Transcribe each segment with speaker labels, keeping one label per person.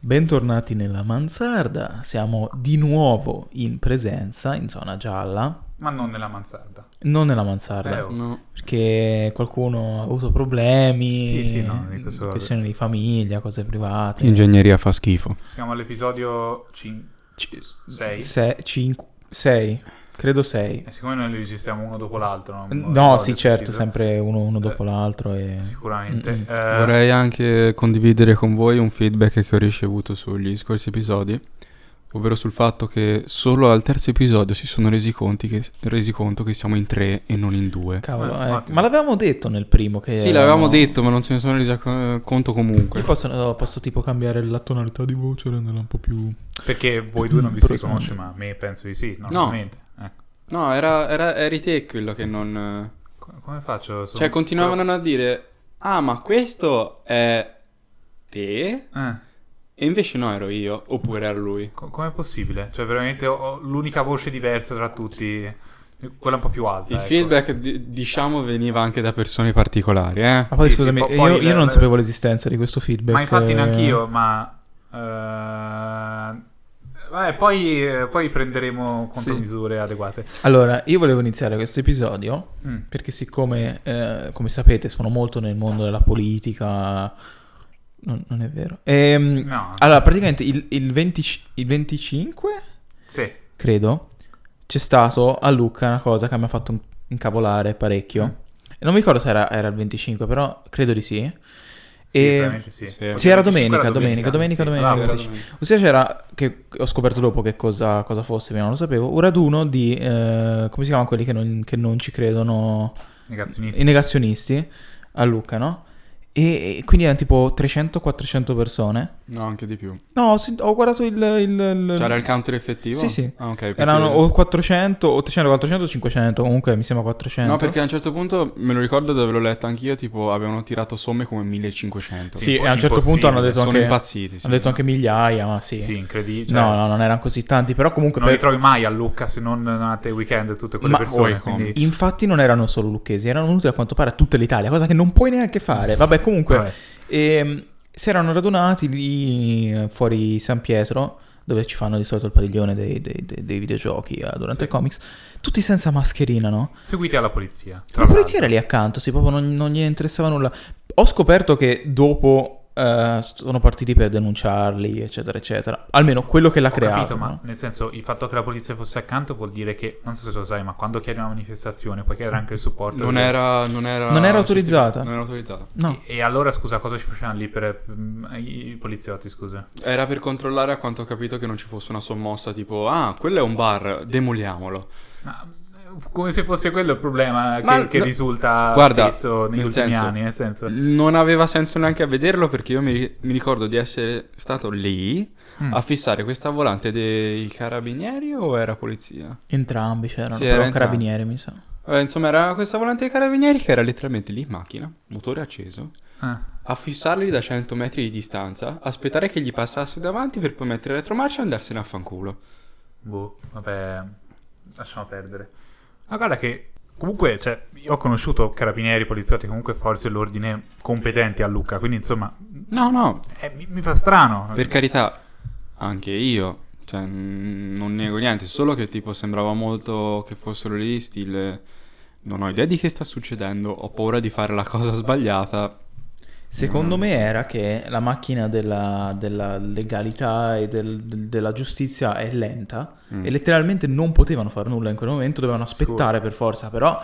Speaker 1: Bentornati nella mansarda, siamo di nuovo in presenza in zona gialla,
Speaker 2: Ma non nella mansarda.
Speaker 1: non nella
Speaker 2: Eh,
Speaker 1: mansarda,
Speaker 2: oh.
Speaker 3: No.
Speaker 1: perché qualcuno ha avuto problemi,
Speaker 2: Sì, sì, no, dico solo-
Speaker 1: questioni di famiglia, cose private.
Speaker 3: Ingegneria fa schifo.
Speaker 2: Siamo all'episodio 6.
Speaker 1: Se- cinque- sei, credo sei.
Speaker 2: E siccome noi li registriamo uno dopo l'altro. Eh, non- non
Speaker 1: No,
Speaker 2: ricordo
Speaker 1: sì,
Speaker 2: il
Speaker 1: certo,
Speaker 2: preciso.
Speaker 1: sempre Mm, uno, uno
Speaker 2: Eh,
Speaker 1: dopo l'altro. E...
Speaker 2: Sicuramente.
Speaker 1: Mm-mm.
Speaker 2: Eh,
Speaker 3: Vorrei anche condividere con voi un feedback che ho ricevuto sugli scorsi episodi, ovvero sul fatto che solo al terzo episodio si sono resi, conti che, resi conto che siamo in tre e non in due.
Speaker 1: Cavolo,
Speaker 2: Eh,
Speaker 1: eh,
Speaker 2: ottimo.
Speaker 1: ma l'avevamo detto nel primo che...
Speaker 3: Sì, l'avevamo
Speaker 1: eravamo-
Speaker 3: detto, ma non se ne sono resi ac- conto comunque.
Speaker 1: Io posso, posso Eh, tipo cambiare la tonalità di voce, renderla un po' più...
Speaker 2: Perché voi due non vi si
Speaker 1: Interessante.
Speaker 2: riconosce, ma a me penso di sì, normalmente. Ecco.
Speaker 3: No, era, era, eri te quello che non... eh,
Speaker 2: Co- Come faccio? Sono-
Speaker 3: Cioè, continuavano a dire, ah, ma questo è te?
Speaker 2: quello- Eh,
Speaker 3: E invece no, ero io, oppure era lui.
Speaker 2: co- com'è possibile? Cioè, veramente ho- ho l'unica voce diversa tra tutti, quella un po' più alta.
Speaker 3: Il
Speaker 2: ecco.
Speaker 3: feedback, di- diciamo, veniva anche da persone particolari, eh?
Speaker 1: Ma poi
Speaker 2: Sì,
Speaker 1: scusami,
Speaker 2: sì, po-
Speaker 1: io,
Speaker 2: poi
Speaker 1: io
Speaker 2: il-
Speaker 1: non sapevo l'esistenza di questo feedback.
Speaker 2: Ma infatti
Speaker 1: eh,
Speaker 2: neanche io, ma... eh, vabbè, poi, eh, poi prenderemo contromisure adeguate.
Speaker 1: Allora, io volevo iniziare questo episodio
Speaker 2: Mm.
Speaker 1: perché siccome, eh, come sapete, sono molto nel mondo della politica... Non, non è vero. Ehm,
Speaker 2: No.
Speaker 1: Allora, praticamente il, il 20 il 25,
Speaker 2: Sì.
Speaker 1: credo, c'è stato a Lucca una cosa che mi ha fatto un- incavolare parecchio.
Speaker 2: Mm.
Speaker 1: E non mi ricordo se era, era il 25, però credo di sì.
Speaker 2: Sì,
Speaker 1: E-
Speaker 2: veramente sì.
Speaker 3: Sì,
Speaker 1: Sì, era domenica,
Speaker 2: Quella
Speaker 1: domenica, domenica,
Speaker 2: Ah, sì.
Speaker 1: domenica,
Speaker 2: Bravo,
Speaker 1: domenica. Ossia c'era, che ho scoperto dopo che cosa, cosa fosse, prima non lo sapevo, un raduno di, eh, come si chiamano quelli che non, che non ci credono,
Speaker 2: negazionisti.
Speaker 1: i negazionisti, a Lucca, no? E, e quindi erano tipo 300-400 persone.
Speaker 3: No, anche di più.
Speaker 1: No, ho sent- ho guardato il... il- il-
Speaker 3: C'era Cioè, il counter effettivo?
Speaker 1: Ehm, Sì, sì.
Speaker 3: Ah, ok. perché-
Speaker 1: Erano o 400, o 300, 400 500, comunque mi sembra 400.
Speaker 3: No, perché a un certo punto, me lo ricordo dove l'ho letto anch'io, tipo, avevano tirato somme come 1500.
Speaker 1: Sì,
Speaker 2: Impo-
Speaker 1: e a un certo punto
Speaker 2: impossibile,
Speaker 1: hanno detto,
Speaker 3: Sono
Speaker 1: anche,
Speaker 3: impazziti, sì.
Speaker 1: hanno detto anche migliaia, ma sì.
Speaker 2: Sì, incredibile. cioè,
Speaker 1: no, no, non erano così tanti, però comunque...
Speaker 2: Non li
Speaker 1: per-
Speaker 2: trovi mai a Lucca se non a te weekend tutte quelle
Speaker 1: Ma-
Speaker 2: persone.
Speaker 3: Poi, come?
Speaker 2: Quindi...
Speaker 1: Infatti non erano solo lucchesi, erano venuti a quanto pare a tutta l'Italia, cosa che non puoi neanche fare. Vabbè, comunque,
Speaker 2: Vabbè.
Speaker 1: ehm, si erano radunati lì eh, fuori San Pietro, dove ci fanno di solito il padiglione dei, dei- dei- dei videogiochi eh, durante
Speaker 2: Sì.
Speaker 1: il comics, tutti senza mascherina, no?
Speaker 2: Seguiti alla polizia. tra
Speaker 1: La polizia
Speaker 2: l'altro.
Speaker 1: era lì accanto, sì, proprio non, non gliene interessava nulla. Ho scoperto che dopo eh, sono partiti per denunciarli, eccetera, eccetera. Almeno quello che l'ha
Speaker 2: Ho
Speaker 1: creato.
Speaker 2: capito, ma
Speaker 1: no?
Speaker 2: nel senso il fatto che la polizia fosse accanto vuol dire che, non so se lo sai, ma quando chiedi una manifestazione puoi chiedere anche il supporto.
Speaker 3: Non
Speaker 2: del-
Speaker 3: era... Non era,
Speaker 1: Non era autorizzata.
Speaker 3: Non era autorizzata.
Speaker 1: No.
Speaker 2: E, e allora scusa, cosa ci facevano lì per mm, i poliziotti? Scusa.
Speaker 3: Era per controllare, a quanto ho capito, che non ci fosse una sommossa, tipo, ah, quello è un bar, demoliamolo.
Speaker 2: Ma, eh, come se fosse quello il problema
Speaker 3: Ma-
Speaker 2: che, che
Speaker 3: no-
Speaker 2: risulta
Speaker 3: Guarda,
Speaker 2: spesso negli
Speaker 3: nel
Speaker 2: ultimi
Speaker 3: senso-
Speaker 2: anni, nel senso.
Speaker 3: Non aveva senso neanche a vederlo perché io mi, ri- mi ricordo di essere stato lì
Speaker 2: Mm.
Speaker 3: a fissare questa volante dei carabinieri o era polizia?
Speaker 1: Entrambi c'erano,
Speaker 3: Sì,
Speaker 1: però
Speaker 3: era entrambi.
Speaker 1: carabinieri, mi sa.
Speaker 3: Eh, insomma, era questa volante dei carabinieri che era letteralmente lì in macchina, motore acceso,
Speaker 2: Ah.
Speaker 3: a fissarli da 100 metri di distanza, aspettare che gli passasse davanti per poi mettere retromarcia e andarsene a fanculo.
Speaker 2: Boh, vabbè, lasciamo perdere. Ma guarda che comunque, cioè, io ho conosciuto carabinieri, poliziotti, comunque forze dell'ordine competenti a Lucca, quindi insomma,
Speaker 3: No, no,
Speaker 2: eh, mi, mi fa strano.
Speaker 3: per carità, anche io, cioè, mm, non nego niente, solo che tipo sembrava molto che fossero lì, stile, non ho idea di che sta succedendo, ho paura di fare la cosa sbagliata.
Speaker 1: Secondo me era che la macchina della, della legalità e del- del- della giustizia è lenta
Speaker 3: Mm.
Speaker 1: e letteralmente non potevano fare nulla in quel momento, dovevano aspettare per forza, però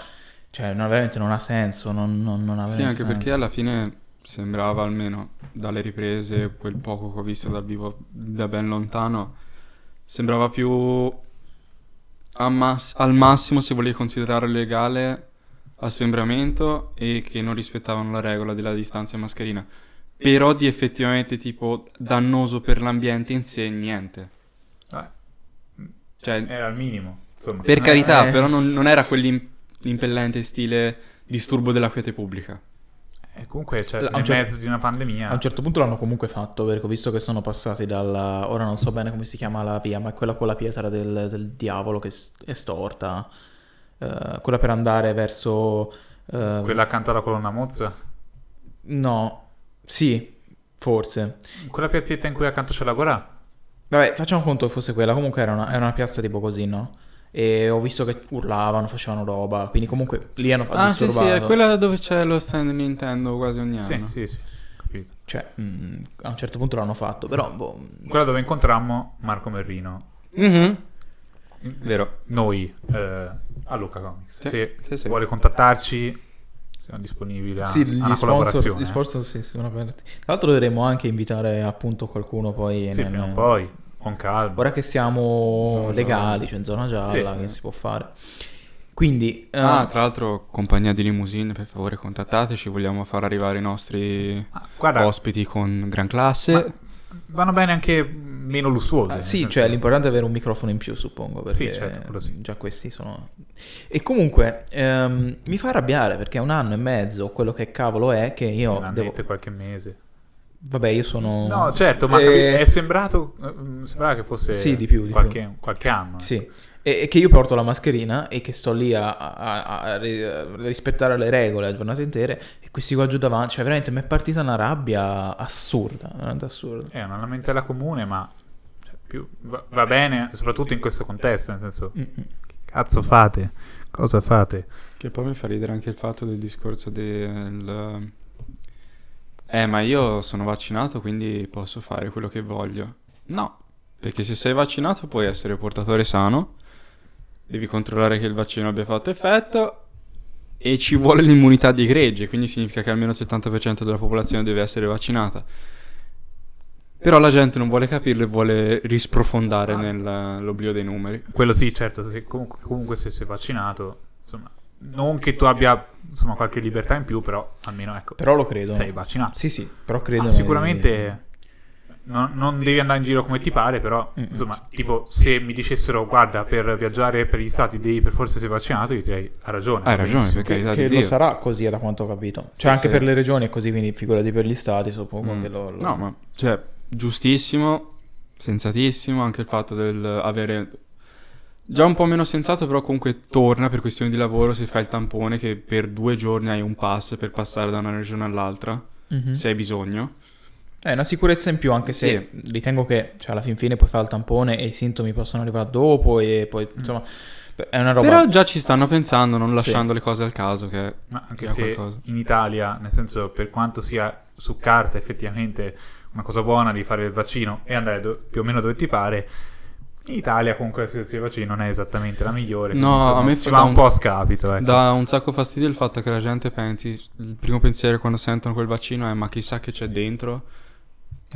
Speaker 1: cioè, no, veramente non ha senso, non, non, non ha
Speaker 3: Sì,
Speaker 1: veramente
Speaker 3: anche perché
Speaker 1: senso.
Speaker 3: alla fine sembrava almeno dalle riprese, quel poco che ho visto dal vivo da ben lontano, sembrava più a mas- al massimo, se volevi considerare legale, assembramento e che non rispettavano la regola della distanza e mascherina. Però di effettivamente tipo dannoso per l'ambiente in sé, niente.
Speaker 2: Eh,
Speaker 3: Cioè,
Speaker 2: Era il minimo, insomma.
Speaker 3: per
Speaker 2: Non
Speaker 3: carità,
Speaker 1: eh.
Speaker 3: però non, non era quell'impellente stile disturbo della quiete pubblica.
Speaker 2: era- eh, comunque, cioè,
Speaker 1: A un
Speaker 2: nel
Speaker 1: certo-
Speaker 2: mezzo di una pandemia...
Speaker 1: A un certo punto l'hanno comunque fatto, perché ho visto che sono passati dalla... Ora non so bene come si chiama la via, ma è quella con la pietra del, del diavolo che s- è storta, eh, quella per andare verso... eh,
Speaker 2: Quella accanto alla colonna Mozza?
Speaker 1: No, sì, Forse.
Speaker 2: Quella piazzetta in cui accanto c'è la Gorà.
Speaker 1: Vabbè, facciamo conto che fosse quella. Comunque era una, era una piazza tipo così, no? E ho visto che urlavano, facevano roba. Quindi comunque lì hanno fatto
Speaker 3: Ah, sì,
Speaker 1: disturbato.
Speaker 3: sì, è quella dove c'è lo stand Nintendo quasi ogni
Speaker 2: Sì,
Speaker 3: anno.
Speaker 2: sì, sì. Capito.
Speaker 1: Cioè, mm, a un certo punto l'hanno fatto, però
Speaker 2: Mm.
Speaker 1: boh,
Speaker 2: Quella dove incontrammo Marco Merrino.
Speaker 3: Mhm. Vero.
Speaker 2: Noi eh, a Luca Comics.
Speaker 3: Sì,
Speaker 2: Se
Speaker 3: sì, sì.
Speaker 2: vuole contattarci, siamo disponibili a,
Speaker 1: sì,
Speaker 2: a Ah, una
Speaker 1: gli sponsor,
Speaker 2: collaborazione. eh.
Speaker 1: gli sponsor sì, sono aperti. Tra l'altro dovremmo anche invitare appunto qualcuno poi
Speaker 2: Sì,
Speaker 1: nel-
Speaker 2: prima o poi, con calma.
Speaker 1: Ora che siamo
Speaker 2: Zona
Speaker 1: legali,
Speaker 2: gialla.
Speaker 1: c'è in zona gialla,
Speaker 2: Sì.
Speaker 1: che si può fare. Quindi, eh,
Speaker 3: Ah, tra l'altro, compagnia di limousine, per favore contattateci, vogliamo far arrivare i nostri
Speaker 2: Ah, guarda,
Speaker 3: ospiti con gran classe.
Speaker 2: Ma- vanno bene anche meno lussuose.
Speaker 1: ah,
Speaker 2: nel
Speaker 1: sì,
Speaker 2: senso-
Speaker 1: cioè l'importante è avere un microfono in più, suppongo, perché
Speaker 2: certo, quello sì.
Speaker 1: già questi sono... E comunque, ehm, mi fa arrabbiare perché è un anno e mezzo, quello che cavolo è, che
Speaker 2: Sì, un
Speaker 1: io
Speaker 2: annetto
Speaker 1: devo...
Speaker 2: e qualche mese.
Speaker 1: Vabbè, io sono...
Speaker 2: No, certo, ma
Speaker 1: Eh,
Speaker 2: capi- è sembrato. eh, Sembrava che fosse
Speaker 1: Sì, di più, di più.
Speaker 2: qualche, qualche anno. eh.
Speaker 1: Sì, e, e che io porto la mascherina e che sto lì a, a- a- a ri- a rispettare le regole la giornata intera e questi qua giù davanti, cioè veramente mi è partita una rabbia assurda, veramente assurda.
Speaker 2: È una lamentela comune, ma cioè, più- va, va bene, soprattutto in questo contesto. Nel senso,
Speaker 1: Mm, mm.
Speaker 2: che cazzo fate? Cosa fate?
Speaker 3: Che poi mi fa ridere anche il fatto del discorso del... Eh, ma io sono vaccinato, quindi posso fare quello che voglio. No, perché se sei vaccinato puoi essere portatore sano, devi controllare che il vaccino abbia fatto effetto e ci vuole l'immunità di gregge, quindi significa che almeno il 70% della popolazione deve essere vaccinata. Però la gente non vuole capirlo e vuole risprofondare
Speaker 2: Ah.
Speaker 3: nell'oblio dei numeri.
Speaker 2: Quello sì, certo, se comunque, comunque se sei vaccinato, insomma, non che tu abbia insomma, qualche libertà in più, però almeno ecco,
Speaker 1: Però lo credo.
Speaker 2: sei vaccinato.
Speaker 1: Sì, sì, però credo...
Speaker 2: Ah, sicuramente non, non devi andare in giro come ti pare, però
Speaker 1: Mm, mm.
Speaker 2: insomma, tipo se mi dicessero guarda per viaggiare per gli stati devi per forza essere vaccinato, io direi ha ragione.
Speaker 3: Hai ragione,
Speaker 2: benissimo.
Speaker 3: per carità
Speaker 1: che
Speaker 3: di
Speaker 1: lo
Speaker 3: Dio.
Speaker 1: sarà così da quanto ho capito. Cioè
Speaker 3: Sì,
Speaker 1: anche
Speaker 3: sì.
Speaker 1: per le regioni è così, quindi figurati per gli stati, suppongo
Speaker 3: Mm.
Speaker 1: che lo... lo-
Speaker 3: No, ma cioè, giustissimo, sensatissimo anche il fatto del avere già un po' meno sensato, però comunque torna per questioni di lavoro se fai il tampone che per due giorni hai un pass per passare da una regione all'altra,
Speaker 1: Mhm.
Speaker 3: se hai bisogno.
Speaker 1: È una sicurezza in più, anche se ritengo che cioè, alla fin fine puoi fare il tampone e i sintomi possono arrivare dopo e poi, insomma, è una roba...
Speaker 3: Mm. Però già ci stanno pensando, non lasciando
Speaker 1: Sì.
Speaker 3: le cose al caso che
Speaker 2: Ma anche
Speaker 3: sia
Speaker 2: se
Speaker 3: qualcosa.
Speaker 2: in Italia, nel senso per quanto sia su carta effettivamente una cosa buona di fare il vaccino e andare do- più o meno dove ti pare, in Italia comunque la situazione dei vaccini non è esattamente la migliore.
Speaker 3: No,
Speaker 2: quindi, insomma,
Speaker 3: a me
Speaker 2: ci
Speaker 3: fa-
Speaker 2: va
Speaker 3: dà
Speaker 2: un
Speaker 3: un-
Speaker 2: po' a scapito. Ecco.
Speaker 3: Dà un sacco fastidio il fatto che la gente pensi, il primo pensiero quando sentono quel vaccino è ma chissà che c'è dentro,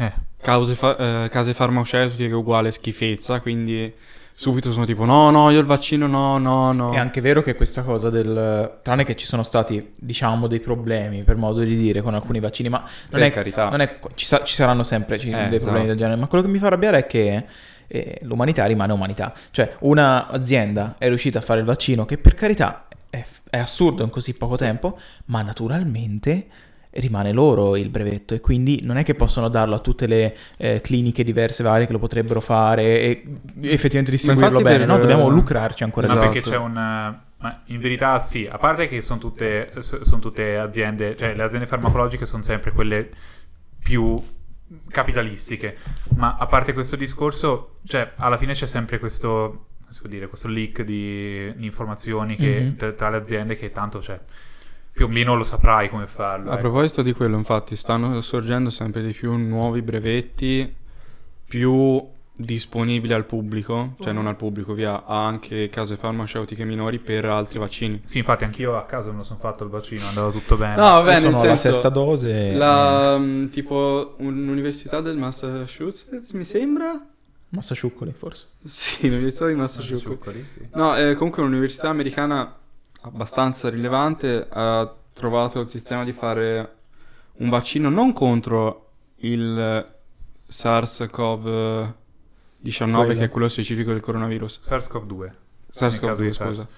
Speaker 2: Eh,
Speaker 3: cause fa- eh, case farmaceutiche che è uguale schifezza, quindi subito sono tipo no, no, io il vaccino no, no, no.
Speaker 1: È anche vero che questa cosa del... tranne che ci sono stati, diciamo, dei problemi, per modo di dire, con alcuni vaccini, ma non
Speaker 3: Per
Speaker 1: è...
Speaker 3: carità.
Speaker 1: non è- ci, sa- ci saranno sempre ci-
Speaker 3: Eh,
Speaker 1: dei
Speaker 3: esatto.
Speaker 1: problemi del genere, ma quello che mi fa arrabbiare è che eh, l'umanità rimane umanità. Cioè, un'azienda è riuscita a fare il vaccino, che per carità è, è assurdo in così poco tempo, ma naturalmente rimane loro il brevetto e quindi non è che possono darlo a tutte le eh, cliniche diverse varie che lo potrebbero fare e effettivamente distribuirlo
Speaker 3: infatti
Speaker 1: bene,
Speaker 3: per- eh,
Speaker 1: no? Dobbiamo lucrarci ancora
Speaker 2: ma
Speaker 1: di più.
Speaker 3: esatto.
Speaker 2: perché c'è un... ma in verità sì, a parte che sono tutte, so- sono tutte aziende, cioè le aziende farmacologiche sono sempre quelle più capitalistiche, ma a parte questo discorso, cioè alla fine c'è sempre questo, come si può dire, questo leak di, di informazioni che,
Speaker 3: Mm-hmm.
Speaker 1: Mhm.
Speaker 2: tra, tra le aziende che tanto cioè, più o meno lo saprai come farlo.
Speaker 3: A
Speaker 2: ecco.
Speaker 3: proposito di quello, infatti, stanno sorgendo sempre di più nuovi brevetti più disponibili al pubblico, cioè non al pubblico, via, a anche case farmaceutiche minori per altri vaccini.
Speaker 2: Sì, infatti anch'io a caso me lo sono fatto il vaccino, è andato tutto bene.
Speaker 3: No,
Speaker 1: Io
Speaker 3: vabbè,
Speaker 1: sono
Speaker 3: nel
Speaker 1: alla
Speaker 3: senso,
Speaker 1: sesta dose. eh,
Speaker 3: la, mh, tipo un'università del Massachusetts, mi sembra?
Speaker 1: Massaciuccoli, forse.
Speaker 3: Sì, l'università di Massachusetts.
Speaker 2: Ciuccoli, sì.
Speaker 3: No, eh, comunque un'università americana abbastanza rilevante ha trovato il sistema di fare un vaccino non contro il SARS-CoV-19,
Speaker 1: Quello.
Speaker 3: che è quello specifico del coronavirus,
Speaker 2: SARS-CoV-2. caso
Speaker 3: SARS-CoV-2,
Speaker 2: di
Speaker 3: scusa.
Speaker 2: SARS.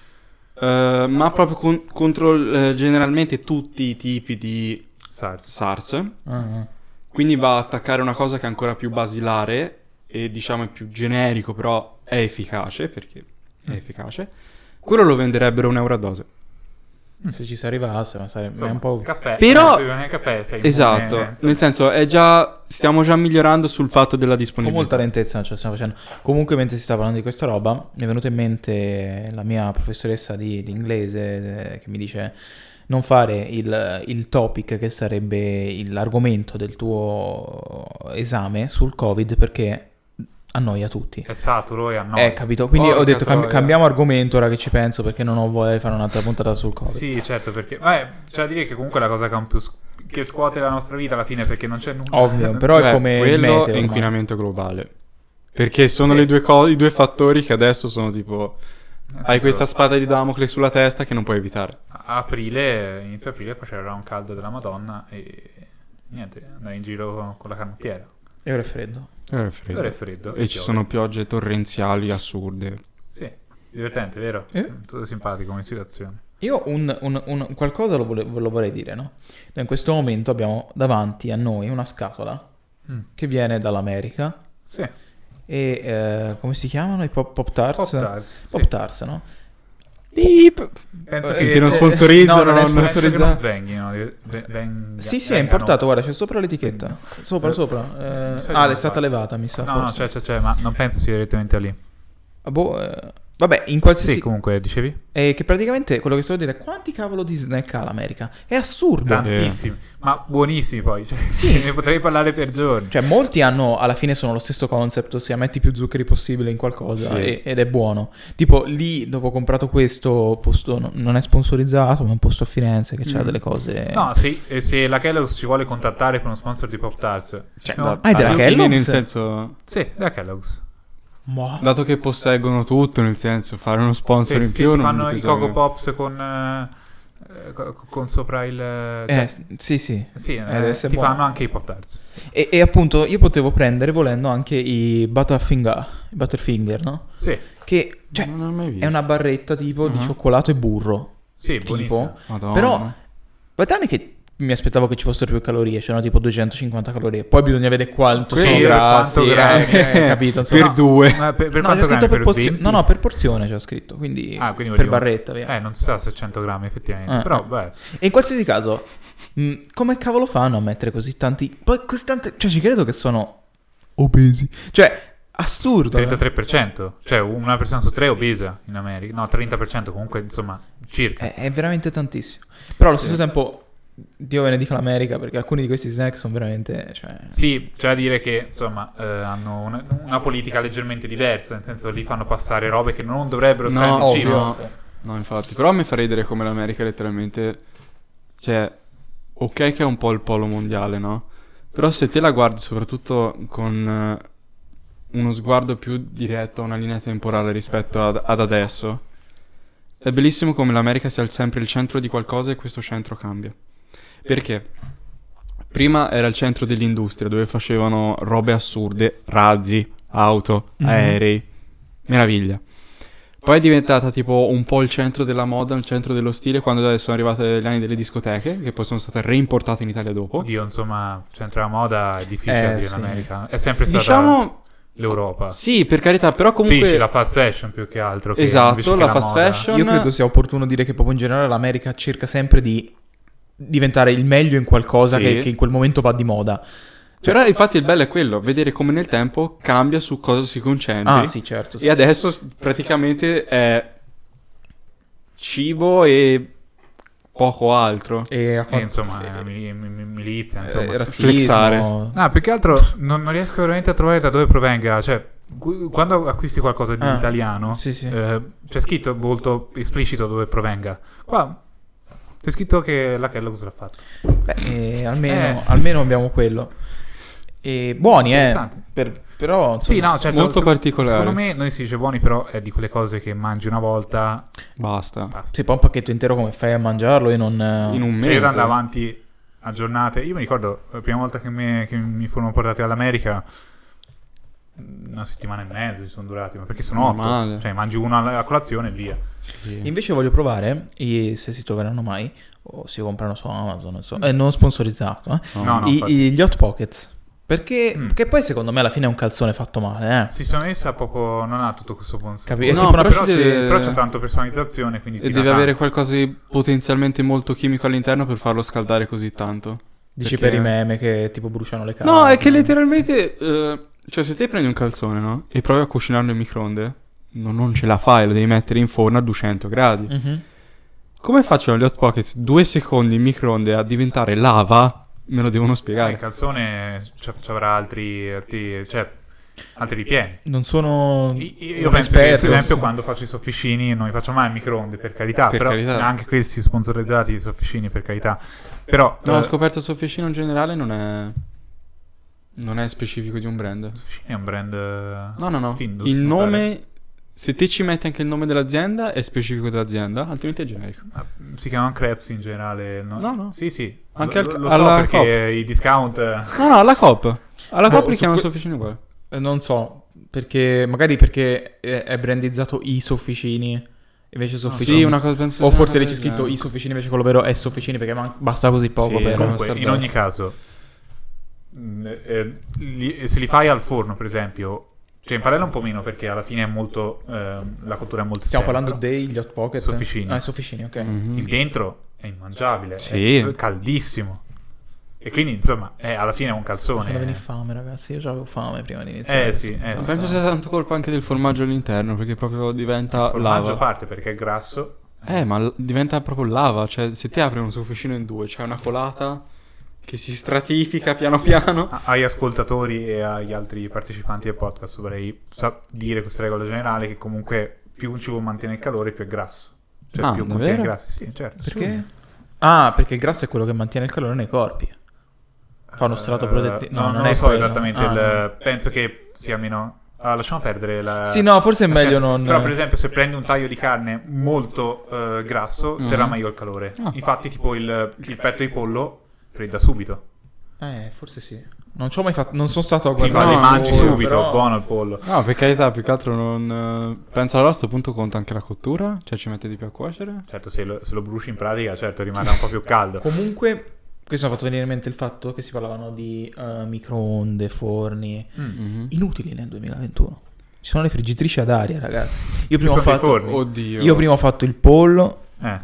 Speaker 3: Eh, ma proprio con- contro eh, generalmente tutti i tipi di
Speaker 2: SARS.
Speaker 3: SARS.
Speaker 1: Ah,
Speaker 3: Quindi va a attaccare una cosa che è ancora più basilare e diciamo è più generico, però
Speaker 1: Mm.
Speaker 3: è efficace, perché è efficace. Quello lo venderebbero un euro a dose.
Speaker 1: Se ci si arrivasse, ma sarebbe
Speaker 2: Insomma,
Speaker 1: è un po'...
Speaker 2: caffè,
Speaker 3: Però-
Speaker 2: non si beve neanche caffè, sei immune,
Speaker 3: Esatto,
Speaker 2: eh, insomma.
Speaker 3: nel senso è già, stiamo già migliorando sul fatto della
Speaker 1: Con molta
Speaker 3: disponibilità.
Speaker 1: lentezza non ce la stiamo facendo. Comunque, mentre si sta parlando di questa roba, mi è venuta in mente la mia professoressa di, di inglese eh, che mi dice non fare il, il topic che sarebbe il- l'argomento del tuo esame sul Covid perché annoia tutti.
Speaker 2: È saturo e annoia.
Speaker 1: Eh, capito? Quindi ho
Speaker 3: Porca
Speaker 1: detto "Cambi-
Speaker 3: troia."
Speaker 1: cambiamo argomento ora che ci penso perché non ho voglia di fare un'altra puntata sul Covid.
Speaker 2: Sì, certo, perché... Beh, c'è da dire che comunque è la cosa che, ha un più s- che scuote la nostra vita alla fine perché non c'è nulla.
Speaker 1: Ovvio, però
Speaker 3: Beh,
Speaker 1: è come il
Speaker 3: Cioè, quello
Speaker 1: meteo,
Speaker 3: e
Speaker 1: ma-
Speaker 3: inquinamento globale. Perché sono
Speaker 2: Sì.
Speaker 3: le due co- i due fattori che adesso sono tipo
Speaker 2: Nel
Speaker 1: Ah,
Speaker 3: hai
Speaker 2: senso,
Speaker 3: questa spada di Damocle sulla testa che non puoi evitare.
Speaker 2: A aprile, inizio aprile, faceva un caldo della madonna e... Niente, andai in giro con la canottiera.
Speaker 1: E ora è freddo.
Speaker 3: Eh, è freddo.
Speaker 2: Ora è freddo.
Speaker 3: E ci
Speaker 2: piove.
Speaker 3: sono piogge torrenziali assurde.
Speaker 2: Sì, divertente, vero?
Speaker 1: Eh?
Speaker 2: Tutto simpatico come situazione.
Speaker 1: Io un, un- un- qualcosa lo, vole- lo vorrei dire, no? Noi In questo momento abbiamo davanti a noi una scatola
Speaker 2: Mm.
Speaker 1: che viene dall'America
Speaker 2: Sì,
Speaker 1: e eh, come si chiamano i pop, pop tarts?
Speaker 2: Pop Tarts. sì.
Speaker 1: Pop tarts, no? Beep.
Speaker 2: Penso
Speaker 1: Eh,
Speaker 2: che,
Speaker 3: che non
Speaker 2: eh,
Speaker 3: sponsorizzano,
Speaker 1: no, non è
Speaker 3: non
Speaker 2: penso che non
Speaker 3: sponsorizzano.
Speaker 2: vengano, ve- venga-
Speaker 1: Sì, sì, è
Speaker 2: vengano.
Speaker 1: importato, guarda, c'è sopra l'etichetta. Sopra,
Speaker 2: Eh,
Speaker 1: sopra.
Speaker 2: mi
Speaker 1: Eh,
Speaker 2: sa di
Speaker 1: ah,
Speaker 2: non
Speaker 1: è stata
Speaker 2: fare.
Speaker 1: levata, mi sa.
Speaker 2: No, cioè- no,
Speaker 1: forse.
Speaker 2: c'è, c'è, c'è, ma non penso sia direttamente lì.
Speaker 1: Ah, boh, eh, vabbè, in
Speaker 2: Sì,
Speaker 1: qualsiasi...
Speaker 2: comunque, dicevi?
Speaker 1: eh, che praticamente quello che stavo a dire è quanti cavolo di snack ha l'America? È assurdo.
Speaker 2: Tantissimi, ma buonissimi poi. Cioè,
Speaker 1: eh. Sì.
Speaker 2: Ne potrei parlare per giorni.
Speaker 1: Cioè, molti hanno alla fine sono lo stesso concept, ossia metti più zuccheri possibile in qualcosa
Speaker 3: Sì.
Speaker 1: e- ed è buono. Tipo lì, dopo ho comprato questo posto, no- non è sponsorizzato, ma è un posto a Firenze che c'ha
Speaker 3: Mm.
Speaker 1: delle cose.
Speaker 2: No, sì, e se la Kellogg's ci vuole contattare per uno sponsor di Pop Tarts.
Speaker 1: Cioè,
Speaker 2: no.
Speaker 1: da- Ah, è della
Speaker 3: alla fine,
Speaker 1: Kellogg's?
Speaker 3: Nel senso,
Speaker 2: Sì, la Kellogg's.
Speaker 1: Mo-
Speaker 3: dato che posseggono tutto, nel senso, fare uno sponsor
Speaker 2: Se,
Speaker 3: in
Speaker 2: se
Speaker 3: più
Speaker 2: ti
Speaker 3: non
Speaker 2: fanno
Speaker 3: mi
Speaker 2: i
Speaker 3: pesa
Speaker 2: Coco
Speaker 3: meno.
Speaker 2: Pops con, eh, eh, co- con sopra il...
Speaker 1: Eh,
Speaker 2: cioè,
Speaker 1: sì, sì.
Speaker 2: sì, eh,
Speaker 1: deve essere
Speaker 2: ti
Speaker 1: buono.
Speaker 2: fanno anche i Pop Tarts.
Speaker 1: E, e appunto io potevo prendere volendo anche i Butterfinger, i Butterfinger no?
Speaker 2: Sì,
Speaker 1: Che cioè,
Speaker 3: non l'ho mai visto.
Speaker 1: è una barretta tipo di
Speaker 2: Mm-hmm.
Speaker 3: Mhm.
Speaker 1: cioccolato e burro.
Speaker 2: sì,
Speaker 1: Tipo?
Speaker 2: buonissimo.
Speaker 3: Madonna.
Speaker 1: Però, ma tranne che mi aspettavo che ci fossero più calorie, c'erano tipo 250 calorie. Poi bisogna vedere quanto
Speaker 2: Sì,
Speaker 1: sono
Speaker 2: per
Speaker 1: grassi,
Speaker 2: quanto grammi.
Speaker 1: eh, eh, capito?
Speaker 3: per
Speaker 1: Insomma,
Speaker 3: due.
Speaker 2: Ma per, per
Speaker 1: no, c'è
Speaker 2: quanto
Speaker 1: scritto
Speaker 2: grammi?
Speaker 1: per
Speaker 2: Per
Speaker 1: porzione.
Speaker 2: 20?
Speaker 1: No, no, per porzione c'è scritto, quindi,
Speaker 2: Ah, quindi
Speaker 1: per
Speaker 2: volevo-
Speaker 1: barretta, via.
Speaker 2: Eh, non si sa se 100 grammi effettivamente,
Speaker 1: Eh,
Speaker 2: però
Speaker 1: eh.
Speaker 2: beh,
Speaker 1: E in qualsiasi caso, mh, come cavolo fanno a mettere così tanti... Poi così tante... Cioè, ci credo che sono obesi. Cioè, assurdo. eh.
Speaker 2: 33%, cioè una persona su tre è obesa in America, no 30% comunque insomma circa.
Speaker 3: Eh.
Speaker 1: Eh, È, è veramente tantissimo. Però allo stesso tempo, Dio ve ne dica l'America, perché alcuni di questi snack sono veramente... Cioè...
Speaker 2: Sì, c'è da dire che insomma eh, hanno una, una politica leggermente diversa, nel senso lì fanno passare robe che non dovrebbero stare
Speaker 3: No,
Speaker 2: nel cibo.
Speaker 3: no. No, infatti, però mi fa ridere come l'America letteralmente... Cioè, ok che è un po' il polo mondiale, no? Però se te la guardi soprattutto con eh, uno sguardo più diretto a una linea temporale rispetto ad, ad adesso, è bellissimo come l'America sia sempre il centro di qualcosa e questo centro cambia. Perché? Prima era il centro dell'industria dove facevano robe assurde, razzi, auto,
Speaker 1: Mhm.
Speaker 3: aerei, meraviglia. Poi è diventata tipo un po' il centro della moda, il centro dello stile, quando adesso sono arrivate le anni delle discoteche, che poi sono state reimportate in Italia dopo.
Speaker 2: Oddio, insomma, c'entra la moda, è difficile
Speaker 1: Eh,
Speaker 2: dire
Speaker 1: sì.
Speaker 2: in America, è sempre stata
Speaker 3: Diciamo,
Speaker 2: l'Europa.
Speaker 3: sì, per carità, però
Speaker 2: Dici
Speaker 3: comunque...
Speaker 2: la fast fashion più che altro. Che invece
Speaker 3: esatto,
Speaker 2: che
Speaker 3: la fast
Speaker 2: moda.
Speaker 3: fashion...
Speaker 1: Io credo sia opportuno dire che proprio in generale l'America cerca sempre di diventare il meglio in qualcosa
Speaker 3: Sì.
Speaker 1: che, che in quel momento va di moda.
Speaker 3: Però infatti il bello è quello, vedere come nel tempo cambia su cosa si concentri.
Speaker 1: Ah, sì, certo. sì.
Speaker 3: E adesso s- praticamente è cibo e poco altro.
Speaker 1: E a
Speaker 2: Eh,
Speaker 1: quanto-
Speaker 2: insomma,
Speaker 1: eh,
Speaker 2: è una mili- mi- mi- milizia,
Speaker 1: eh,
Speaker 2: insomma.
Speaker 1: razzismo.
Speaker 3: flexare.
Speaker 2: Ah, più che altro non, non riesco veramente a trovare da dove provenga. Cioè, gu- quando acquisti qualcosa di
Speaker 1: Ah,
Speaker 2: italiano,
Speaker 1: sì, sì.
Speaker 2: eh, c'è scritto molto esplicito dove provenga. Qua c'è scritto che la Kellogg's l'ha fatto.
Speaker 1: Beh, eh, almeno,
Speaker 2: Eh.
Speaker 1: almeno abbiamo quello. E buoni, eh.
Speaker 2: Interessante.
Speaker 1: per- però,
Speaker 2: Sì,
Speaker 1: insomma,
Speaker 2: no, certo.
Speaker 3: molto
Speaker 2: se-
Speaker 3: particolare.
Speaker 2: Secondo me, noi si dice buoni, però è di quelle cose che mangi una volta.
Speaker 3: Basta.
Speaker 2: Basta.
Speaker 1: se poi un pacchetto intero come fai a mangiarlo e non... eh,
Speaker 3: In un
Speaker 2: Cioè,
Speaker 3: mese.
Speaker 2: io andavo avanti a giornate. Io mi ricordo la prima volta che, me- che mi furono portati all'America. Una settimana e mezzo ci sono durati, ma perché sono otto.
Speaker 3: Normale.
Speaker 2: Cioè, mangi uno alla- a colazione e via.
Speaker 3: Sì.
Speaker 1: Invece voglio provare, i- se si troveranno mai, o si comprano su Amazon, non so, eh, non sponsorizzato, eh,
Speaker 3: No.
Speaker 2: No, no,
Speaker 1: i-
Speaker 2: infatti.
Speaker 1: i- gli Hot Pockets. Perché
Speaker 2: Mm.
Speaker 1: che poi secondo me alla fine è un calzone fatto male, eh.
Speaker 2: Si sono messa poco. Non ha tutto questo buon sapore.
Speaker 1: Capi- è
Speaker 3: No,
Speaker 1: tipo una
Speaker 3: però
Speaker 2: Però,
Speaker 3: ci
Speaker 2: sì,
Speaker 3: deve-
Speaker 2: però c'è tanto personalizzazione, quindi
Speaker 3: E
Speaker 2: ti
Speaker 3: deve
Speaker 2: dà tanto.
Speaker 3: avere qualcosa di potenzialmente molto chimico all'interno per farlo scaldare così tanto.
Speaker 1: Dici
Speaker 3: Perché-
Speaker 1: per i meme che tipo bruciano le case.
Speaker 3: No, è che letteralmente. eh, cioè, se te prendi un calzone, no? E provi a cucinarlo in microonde, no, non ce la fai, lo devi mettere in forno a 200 gradi.
Speaker 1: Mhm.
Speaker 3: Come facciano gli hot pockets due secondi in microonde a diventare lava? Me lo devono
Speaker 2: Eh,
Speaker 3: spiegare.
Speaker 2: il
Speaker 1: Ecco.
Speaker 2: calzone ci ci avrà altri, altri- cioè, altri ripieni.
Speaker 1: Non sono
Speaker 2: I- Io,
Speaker 1: un
Speaker 2: penso che, per
Speaker 1: esperto.
Speaker 2: esempio, quando faccio i sofficini non li faccio mai in microonde, per carità,
Speaker 3: Per
Speaker 2: però
Speaker 3: carità.
Speaker 2: anche questi sponsorizzati i sofficini, per carità. Però
Speaker 3: No, ho
Speaker 2: eh,
Speaker 3: scoperto Sofficino in generale non è. Non è specifico di un brand.
Speaker 2: Sofficini è un brand... eh,
Speaker 3: No, no, no.
Speaker 2: Findus,
Speaker 3: il
Speaker 2: mi pare.
Speaker 3: nome. Se te ci metti anche il nome dell'azienda, è specifico dell'azienda, altrimenti è generico.
Speaker 2: Ah, Si chiamano crepes in generale. No,
Speaker 3: No, no.
Speaker 2: Sì, sì.
Speaker 3: Anche
Speaker 2: lo,
Speaker 3: al-
Speaker 2: lo
Speaker 3: alla
Speaker 2: so perché i discount... eh,
Speaker 3: No, no, alla Coop. Alla
Speaker 1: No,
Speaker 3: Coop li
Speaker 1: Boh, su
Speaker 3: chiamano
Speaker 1: que-
Speaker 3: Sofficino uguale.
Speaker 1: Eh, Non so, perché magari perché è è brandizzato i sofficini invece sofficini.
Speaker 3: Ah, Sì, una cosa penso.
Speaker 1: Ah, o
Speaker 3: sia
Speaker 1: forse
Speaker 3: una
Speaker 1: lì c'è
Speaker 3: cosa
Speaker 1: scritto
Speaker 3: del
Speaker 1: i sofficini invece quello vero è sofficini perché man- basta così poco
Speaker 3: Sì,
Speaker 1: per
Speaker 3: no.
Speaker 2: Comunque,
Speaker 3: sta
Speaker 2: in
Speaker 3: bene.
Speaker 2: ogni caso, mh, eh, li- se li fai al forno, per esempio, cioè in padella un po' meno perché alla fine è molto... ehm, la cottura è molto
Speaker 1: Stiamo
Speaker 2: esterna,
Speaker 1: parlando
Speaker 2: però
Speaker 1: degli hot pocket.
Speaker 2: Sofficini.
Speaker 1: Ah, i sofficini, ok.
Speaker 3: genere. Mhm.
Speaker 2: Il dentro è immangiabile,
Speaker 3: Sì.
Speaker 2: è caldissimo. E quindi, insomma, eh, alla fine è un
Speaker 1: Mi fa venire
Speaker 2: calzone.
Speaker 1: fame, ragazzi. Io già avevo fame prima di iniziare.
Speaker 2: Eh sì, eh sì.
Speaker 3: Penso sia tanto colpa anche del formaggio all'interno, perché proprio
Speaker 2: Il
Speaker 3: diventa
Speaker 2: formaggio
Speaker 3: Ah, lava.
Speaker 2: parte perché è grasso.
Speaker 3: Eh, ma l- diventa proprio lava. Cioè, se ti apri un sofficino in due, c'è una colata che si stratifica piano piano.
Speaker 2: A- Agli ascoltatori e agli altri partecipanti del podcast vorrei sa- dire questa regola generale che comunque più un cibo mantiene il calore più è grasso. Cioè
Speaker 3: Ah,
Speaker 2: più
Speaker 3: davvero?
Speaker 2: contiene grassi, sì, certo.
Speaker 1: Perché? Ah, perché il grasso è quello che mantiene il calore nei corpi. Fa uno strato
Speaker 2: Eh,
Speaker 1: protettivo.
Speaker 2: no, non,
Speaker 1: è
Speaker 2: lo so
Speaker 1: quello.
Speaker 2: esattamente.
Speaker 1: Ah,
Speaker 2: il-
Speaker 1: no.
Speaker 2: Penso che sia meno... Ah, lasciamo perdere la...
Speaker 1: Sì, no, forse è
Speaker 2: la
Speaker 1: meglio
Speaker 2: scienza.
Speaker 1: non.
Speaker 2: Però, per esempio, se prendi un taglio di carne molto eh, grasso,
Speaker 3: Mhm.
Speaker 2: terrà meglio il calore.
Speaker 3: Ah.
Speaker 2: Infatti, tipo il, il petto di pollo fredda subito.
Speaker 1: Eh, forse sì. Non ci ho mai fatto. Non sono stato a
Speaker 2: Sì,
Speaker 1: guardare.
Speaker 2: ma li
Speaker 3: no,
Speaker 2: mangi
Speaker 1: il pollo,
Speaker 2: subito,
Speaker 1: però-
Speaker 2: buono il pollo.
Speaker 3: No, per carità, più che altro non. eh, Penso allora a sto punto conta anche la cottura, cioè ci mette di più a cuocere.
Speaker 2: Certo, se lo, se lo bruci in pratica, certo, rimarrà un po' più caldo.
Speaker 1: Comunque, questo mi ha fatto venire in mente il fatto che si parlavano di eh, microonde, forni.
Speaker 2: Mm.
Speaker 3: Mhm.
Speaker 1: Inutili nel 2021. Ci sono le friggitrici ad aria, ragazzi. Io prima, ho
Speaker 2: sono i
Speaker 1: fatto,
Speaker 2: forni.
Speaker 3: Oddio.
Speaker 1: io prima ho fatto il pollo
Speaker 2: Eh.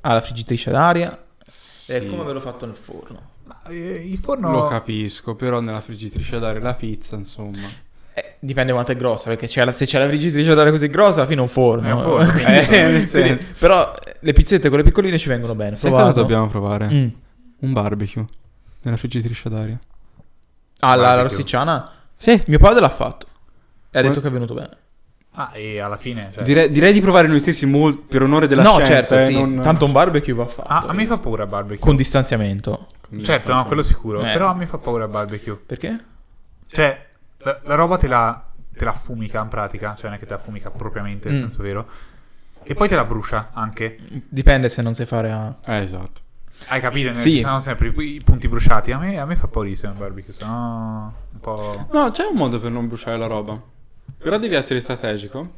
Speaker 1: alla friggitrice ad aria.
Speaker 3: Sì.
Speaker 1: E come ve l'ho fatto nel forno?
Speaker 2: Ma, eh, il forno.
Speaker 3: Lo capisco, però nella friggitrice dare la pizza, insomma.
Speaker 1: Eh, dipende quanto è grossa, perché c'è la- se c'è la friggitrice ad aria così grossa, alla fine è un forno.
Speaker 2: È un forno,
Speaker 1: Quindi-
Speaker 2: eh,
Speaker 3: nel senso.
Speaker 1: quindi- però eh, le pizzette, quelle piccoline, ci vengono bene.
Speaker 3: Sai cosa
Speaker 1: Provato.
Speaker 3: dobbiamo provare?
Speaker 1: Mm.
Speaker 3: Un barbecue nella friggitrice d'aria.
Speaker 1: Ah, la, la
Speaker 2: Barbecue.
Speaker 1: rossicciana?
Speaker 3: Sì.
Speaker 1: Mio padre l'ha fatto. E ha
Speaker 3: Come-
Speaker 1: detto che è venuto bene.
Speaker 2: Ah, e alla fine. cioè-
Speaker 3: Direi, direi di provare noi stessi mol- per onore della
Speaker 1: no,
Speaker 3: scienza.
Speaker 1: certo,
Speaker 3: eh,
Speaker 1: sì.
Speaker 3: non-
Speaker 1: Tanto un barbecue va fatto.
Speaker 2: Ah, a me fa paura il barbecue.
Speaker 1: Con distanziamento.
Speaker 2: Certo, no, quello sicuro.
Speaker 1: Eh.
Speaker 2: Però a me fa paura il barbecue.
Speaker 1: Perché?
Speaker 2: Cioè, la, la roba te la, te la affumica in pratica. Cioè, non è che te la affumica propriamente, nel
Speaker 1: Mm.
Speaker 2: senso vero. E poi te la brucia anche.
Speaker 1: Dipende se non sai fare a...
Speaker 3: Eh, esatto.
Speaker 2: Hai capito? Nel-
Speaker 1: Sì.
Speaker 2: Ci sono sempre i i punti bruciati. A me, a me fa paurissimo il barbecue, sono un po'...
Speaker 3: No, c'è un modo per non bruciare la roba. Però devi essere strategico.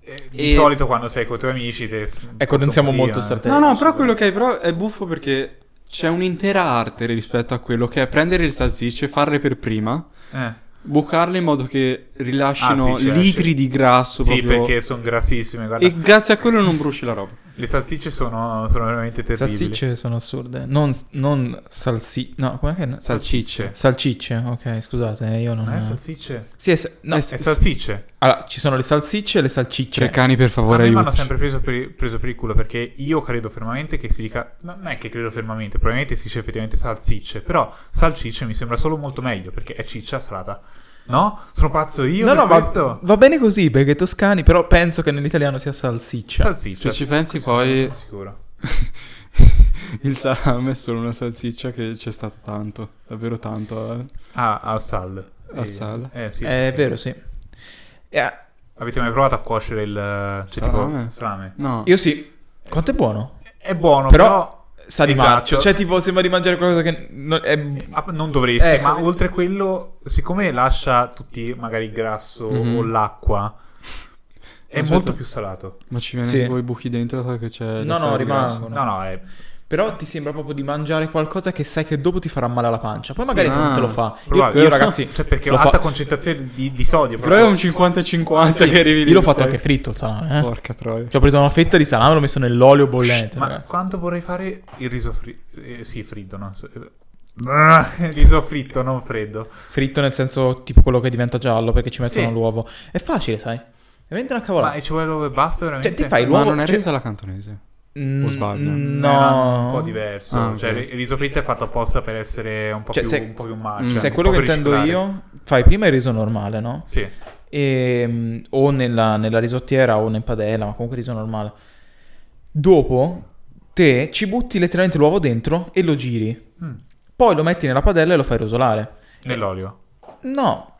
Speaker 2: Eh, Di
Speaker 3: E-
Speaker 2: solito quando sei con i tuoi amici... Te...
Speaker 1: Ecco, non siamo
Speaker 2: via.
Speaker 1: molto strategici.
Speaker 3: No, no, però quello che hai però è buffo perché c'è un'intera arte rispetto a quello che è prendere le salsicce, farle per prima,
Speaker 2: Eh.
Speaker 3: bucarle in modo che rilascino
Speaker 2: Ah, sì, c'è,
Speaker 3: litri
Speaker 2: c'è.
Speaker 3: di grasso
Speaker 2: Sì,
Speaker 3: proprio.
Speaker 2: perché sono grassissime, guarda.
Speaker 3: E grazie a quello non bruci la roba.
Speaker 2: Le salsicce sono, sono veramente terribili.
Speaker 1: Salsicce sono assurde. Non, non salsi... No, com'è che...
Speaker 3: Salsicce.
Speaker 1: Salsicce, ok, scusate, eh, io non...
Speaker 2: Non è salsicce?
Speaker 1: Sì, è, sa- no,
Speaker 2: È salsicce.
Speaker 1: Allora, ci sono le salsicce e le salcicce.
Speaker 3: Cercani Cioè, per
Speaker 2: A
Speaker 3: favore
Speaker 2: me mi hanno
Speaker 3: aiuto.
Speaker 2: sempre preso per, il- preso per il culo perché io credo fermamente che si dica... no, Non è che credo fermamente, probabilmente si dice effettivamente salsicce. Però salsicce mi sembra solo molto meglio perché è ciccia salata. No? Sono pazzo io
Speaker 1: no,
Speaker 2: per
Speaker 1: no,
Speaker 2: questo?
Speaker 1: va, va bene così perché toscani, però penso che nell'italiano sia salsiccia.
Speaker 2: Salsiccia.
Speaker 3: Se ci pensi poi
Speaker 2: Sono sicuro.
Speaker 3: il salame è solo una salsiccia che c'è stato tanto, davvero tanto. eh.
Speaker 2: Ah, al sal.
Speaker 3: Al
Speaker 2: Eh,
Speaker 3: sal.
Speaker 2: Eh sì.
Speaker 1: È vero, sì. Eh,
Speaker 2: Avete mai provato a cuocere il cioè,
Speaker 3: Salame? Mm.
Speaker 2: Tipo, salame?
Speaker 3: No.
Speaker 1: io sì. Quanto è buono?
Speaker 2: È buono,
Speaker 1: Però-
Speaker 2: però,
Speaker 1: Sa di
Speaker 2: Esatto.
Speaker 1: marcio. Cioè, tipo, sembra di mangiare qualcosa che... non- è...
Speaker 2: ah, non dovresti,
Speaker 1: Ecco,
Speaker 2: ma
Speaker 1: vedi.
Speaker 2: oltre a quello, siccome lascia tutti magari il grasso
Speaker 3: Mhm.
Speaker 2: o l'acqua, è
Speaker 3: Aspetta.
Speaker 2: molto più salato.
Speaker 3: Ma ci viene
Speaker 1: Sì.
Speaker 3: tipo i buchi dentro so che c'è da
Speaker 1: No, no,
Speaker 3: fare il grasso.
Speaker 1: rimangono.
Speaker 2: No, no, è...
Speaker 1: Però ti sembra proprio di mangiare qualcosa che sai che dopo ti farà male alla pancia. Poi
Speaker 3: Sì,
Speaker 1: magari non
Speaker 3: ah,
Speaker 1: te lo fa. Io,
Speaker 2: Probabile.
Speaker 1: io, ragazzi,
Speaker 2: Cioè, perché
Speaker 1: lo
Speaker 2: alta
Speaker 1: fa-
Speaker 2: concentrazione di, di sodio.
Speaker 3: Però è un 50-50 che arrivi lì.
Speaker 1: io l'ho fatto
Speaker 3: sai.
Speaker 1: anche fritto il salame. Eh?
Speaker 3: Porca troia.
Speaker 1: Cioè, ho preso una fetta di salame e l'ho messo nell'olio bollente.
Speaker 2: Ma
Speaker 1: ragazzi.
Speaker 2: quanto vorrei fare il riso fritto? sì, fritto, no? Se- Ah, riso fritto, non freddo.
Speaker 1: Fritto nel senso tipo quello che diventa giallo perché ci mettono
Speaker 2: Sì.
Speaker 1: l'uovo. È facile, sai? È veramente una
Speaker 2: Ma
Speaker 1: cavolata.
Speaker 2: e ci vuole l'uovo e basta veramente? Eh,
Speaker 1: Cioè, ti fai
Speaker 3: Ma
Speaker 1: l'uovo.
Speaker 3: non è
Speaker 1: cioè-
Speaker 3: resa la cantonese.
Speaker 1: Mm,
Speaker 3: o sbaglio?
Speaker 1: No.
Speaker 2: È Eh, un po' diverso.
Speaker 3: Ah, ok.
Speaker 2: Cioè, il riso fritto è fatto apposta per essere un po'
Speaker 1: Cioè,
Speaker 2: più,
Speaker 1: se-
Speaker 2: un po' più
Speaker 3: Mm.
Speaker 2: marcio.
Speaker 3: Cioè,
Speaker 1: Se è
Speaker 2: un
Speaker 1: quello
Speaker 2: po'
Speaker 1: che
Speaker 2: per
Speaker 1: intendo
Speaker 2: riciclare.
Speaker 1: io, fai prima il riso normale, no?
Speaker 2: Sì.
Speaker 1: Ehm, o nella, nella risottiera o nel padella, ma comunque riso normale. Dopo te ci butti letteralmente l'uovo dentro e lo giri.
Speaker 2: Mm.
Speaker 1: Poi lo metti nella padella e lo fai rosolare.
Speaker 2: Nell'olio.
Speaker 1: No,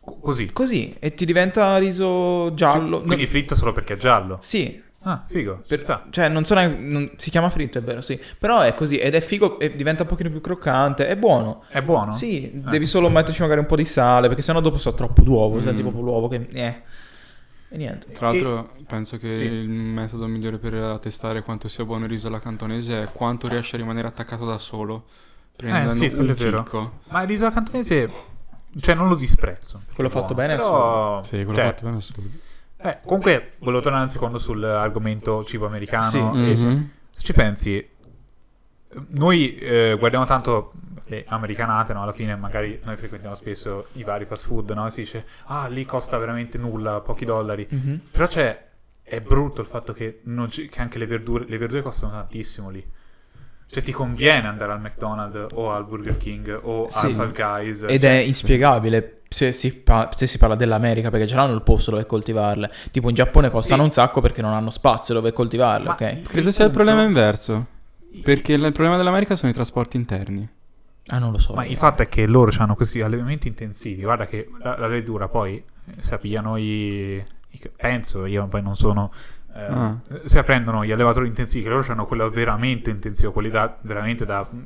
Speaker 2: Co- Così.
Speaker 1: così e ti diventa riso giallo. No,
Speaker 2: Quindi fritto solo perché è giallo.
Speaker 1: sì,
Speaker 2: Ah, figo. Ci
Speaker 1: per-
Speaker 2: sta.
Speaker 1: cioè non so neanche- non- si chiama fritto, è vero, sì. Però è così ed è figo e diventa un pochino più croccante, è buono.
Speaker 2: È buono? Ah.
Speaker 1: Sì, devi solo metterci magari un po' di sale perché sennò dopo so troppo d'uovo, sai,
Speaker 3: Mm.
Speaker 1: tipo l'uovo che eh. E niente.
Speaker 3: Tra l'altro, penso che
Speaker 2: Sì.
Speaker 3: il metodo migliore per testare quanto sia buono il riso alla cantonese è quanto riesce a rimanere attaccato da solo.
Speaker 1: Eh,
Speaker 3: Prendendo
Speaker 2: sì, quello
Speaker 3: un
Speaker 2: è vero.
Speaker 3: chicco.
Speaker 2: Ma il riso alla cantonese, cioè, non lo disprezzo.
Speaker 1: Quello
Speaker 2: Buono.
Speaker 1: fatto bene è
Speaker 2: Però...
Speaker 3: Sì, quello
Speaker 2: cioè,
Speaker 3: fatto bene assurdo.
Speaker 2: eh, comunque, volevo tornare un secondo sull'argomento cibo americano.
Speaker 1: Sì.
Speaker 3: Mm-hmm.
Speaker 1: mm.
Speaker 2: E- Se ci pensi, noi eh, guardiamo tanto le americanate, no? Alla fine magari noi frequentiamo spesso i vari fast food, no? Si dice, ah, lì costa veramente nulla, pochi dollari.
Speaker 1: Mhm.
Speaker 2: Però c'è, è brutto il fatto che, non ci- che anche le verdure, le verdure costano tantissimo lì. Cioè ti conviene andare al McDonald's o al Burger King o
Speaker 1: Sì.
Speaker 2: al Five Guys. cioè
Speaker 1: Ed è inspiegabile se si, pa- se si parla dell'America perché ce l'hanno il posto dove coltivarle. Tipo in Giappone costano
Speaker 2: Sì.
Speaker 1: un sacco perché non hanno spazio dove coltivarle,
Speaker 2: Ma
Speaker 1: ok?
Speaker 3: Credo sia il
Speaker 2: punto-
Speaker 3: problema inverso. Perché il problema dell'America sono i trasporti interni.
Speaker 1: Ah, non lo so.
Speaker 2: Ma il fatto è che loro hanno questi allevamenti intensivi. Guarda che la, la verdura poi eh, se la pigliano i, i- Penso, io poi non sono. eh,
Speaker 3: Ah.
Speaker 2: Se la prendono gli allevatori intensivi, che loro hanno quello veramente intensivo, quelli da, veramente da mm,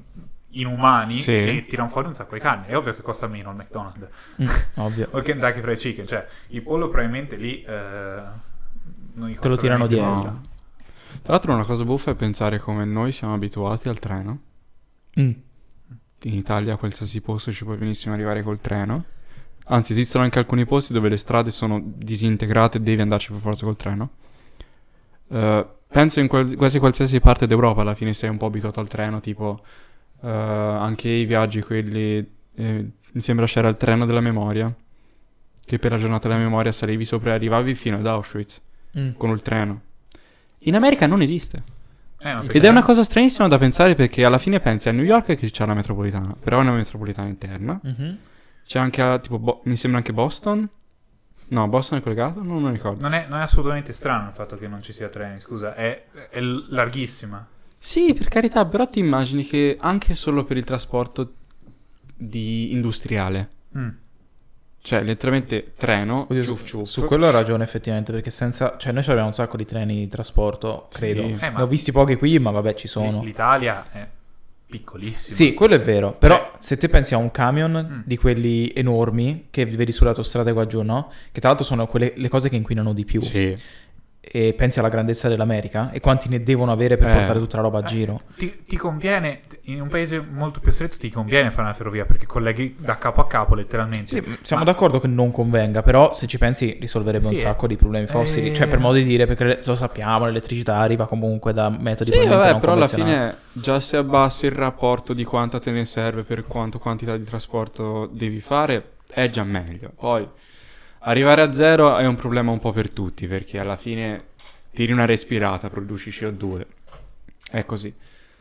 Speaker 2: inumani,
Speaker 3: Sì.
Speaker 2: e tirano fuori un sacco di carne. È ovvio che costa meno il McDonald's.
Speaker 1: Mm, ovvio.
Speaker 2: O il Kentucky Fried Chicken, cioè il pollo probabilmente lì. eh, non gli
Speaker 1: Te lo
Speaker 2: costa
Speaker 1: tirano
Speaker 2: veramente
Speaker 1: dietro.
Speaker 2: nulla.
Speaker 3: Tra l'altro una cosa buffa è pensare come noi siamo abituati al treno.
Speaker 1: Mm.
Speaker 3: In Italia a qualsiasi posto ci puoi benissimo arrivare col treno. Anzi, esistono anche alcuni posti dove le strade sono disintegrate e devi andarci per forza col treno. Eh, penso in qual- quasi qualsiasi parte d'Europa alla fine sei un po' abituato al treno, tipo eh, anche i viaggi quelli... eh, mi sembra c'era il treno della memoria, che per la giornata della memoria salivi sopra e arrivavi fino ad Auschwitz
Speaker 1: Mm.
Speaker 3: con il treno. In America non esiste.
Speaker 2: Eh, no,
Speaker 3: Ed
Speaker 2: perché-
Speaker 3: è una cosa stranissima da pensare perché alla fine pensi a New York che c'è la metropolitana, però è una metropolitana interna.
Speaker 1: Mhm.
Speaker 3: C'è anche, a, tipo, Bo- mi sembra anche Boston. No, Boston è collegato? Non lo ricordo.
Speaker 2: Non è, non è assolutamente strano il fatto che non ci sia treni, scusa, è, è l- larghissima.
Speaker 3: Sì, per carità, però ti immagini che anche solo per il trasporto di industriale,
Speaker 2: Mm.
Speaker 3: cioè letteralmente treno,
Speaker 1: Oddio,
Speaker 3: ciuff,
Speaker 1: su-
Speaker 3: ciuff.
Speaker 1: su quello ha ragione effettivamente perché senza... Cioè noi abbiamo un sacco di treni di trasporto, credo.
Speaker 3: Eh,
Speaker 1: Ne
Speaker 2: ma-
Speaker 1: ho visti pochi qui, ma vabbè ci sono.
Speaker 2: L- L'Italia è piccolissima. Eh,
Speaker 1: Sì, quello è vero, però se te pensi a un camion
Speaker 2: Mm.
Speaker 1: di quelli enormi che vedi sull'autostrada qua giù, no? Che tra l'altro sono quelle, le cose che inquinano di più.
Speaker 3: Sì.
Speaker 1: e pensi alla grandezza dell'America e quanti ne devono avere per
Speaker 3: Eh.
Speaker 1: portare tutta la roba a giro.
Speaker 2: Ti, ti conviene, in un paese molto più stretto, ti conviene fare una ferrovia perché colleghi da capo a capo letteralmente.
Speaker 1: Sì, siamo
Speaker 2: Ma-
Speaker 1: d'accordo che non convenga, però se ci pensi risolverebbe un
Speaker 2: Sì,
Speaker 1: sacco di problemi fossili,
Speaker 2: eh.
Speaker 1: cioè per modo di dire, perché le- lo sappiamo, l'elettricità arriva comunque da metodi
Speaker 3: Sì,
Speaker 1: probabilmente
Speaker 3: vabbè,
Speaker 1: non
Speaker 3: però alla
Speaker 1: convenzionali.
Speaker 3: fine già se abbassi il rapporto di quanta te ne serve per quanto quantità di trasporto devi fare, è già meglio. Poi arrivare a zero è un problema un po' per tutti, perché alla fine tiri una respirata, produci CO2. È così.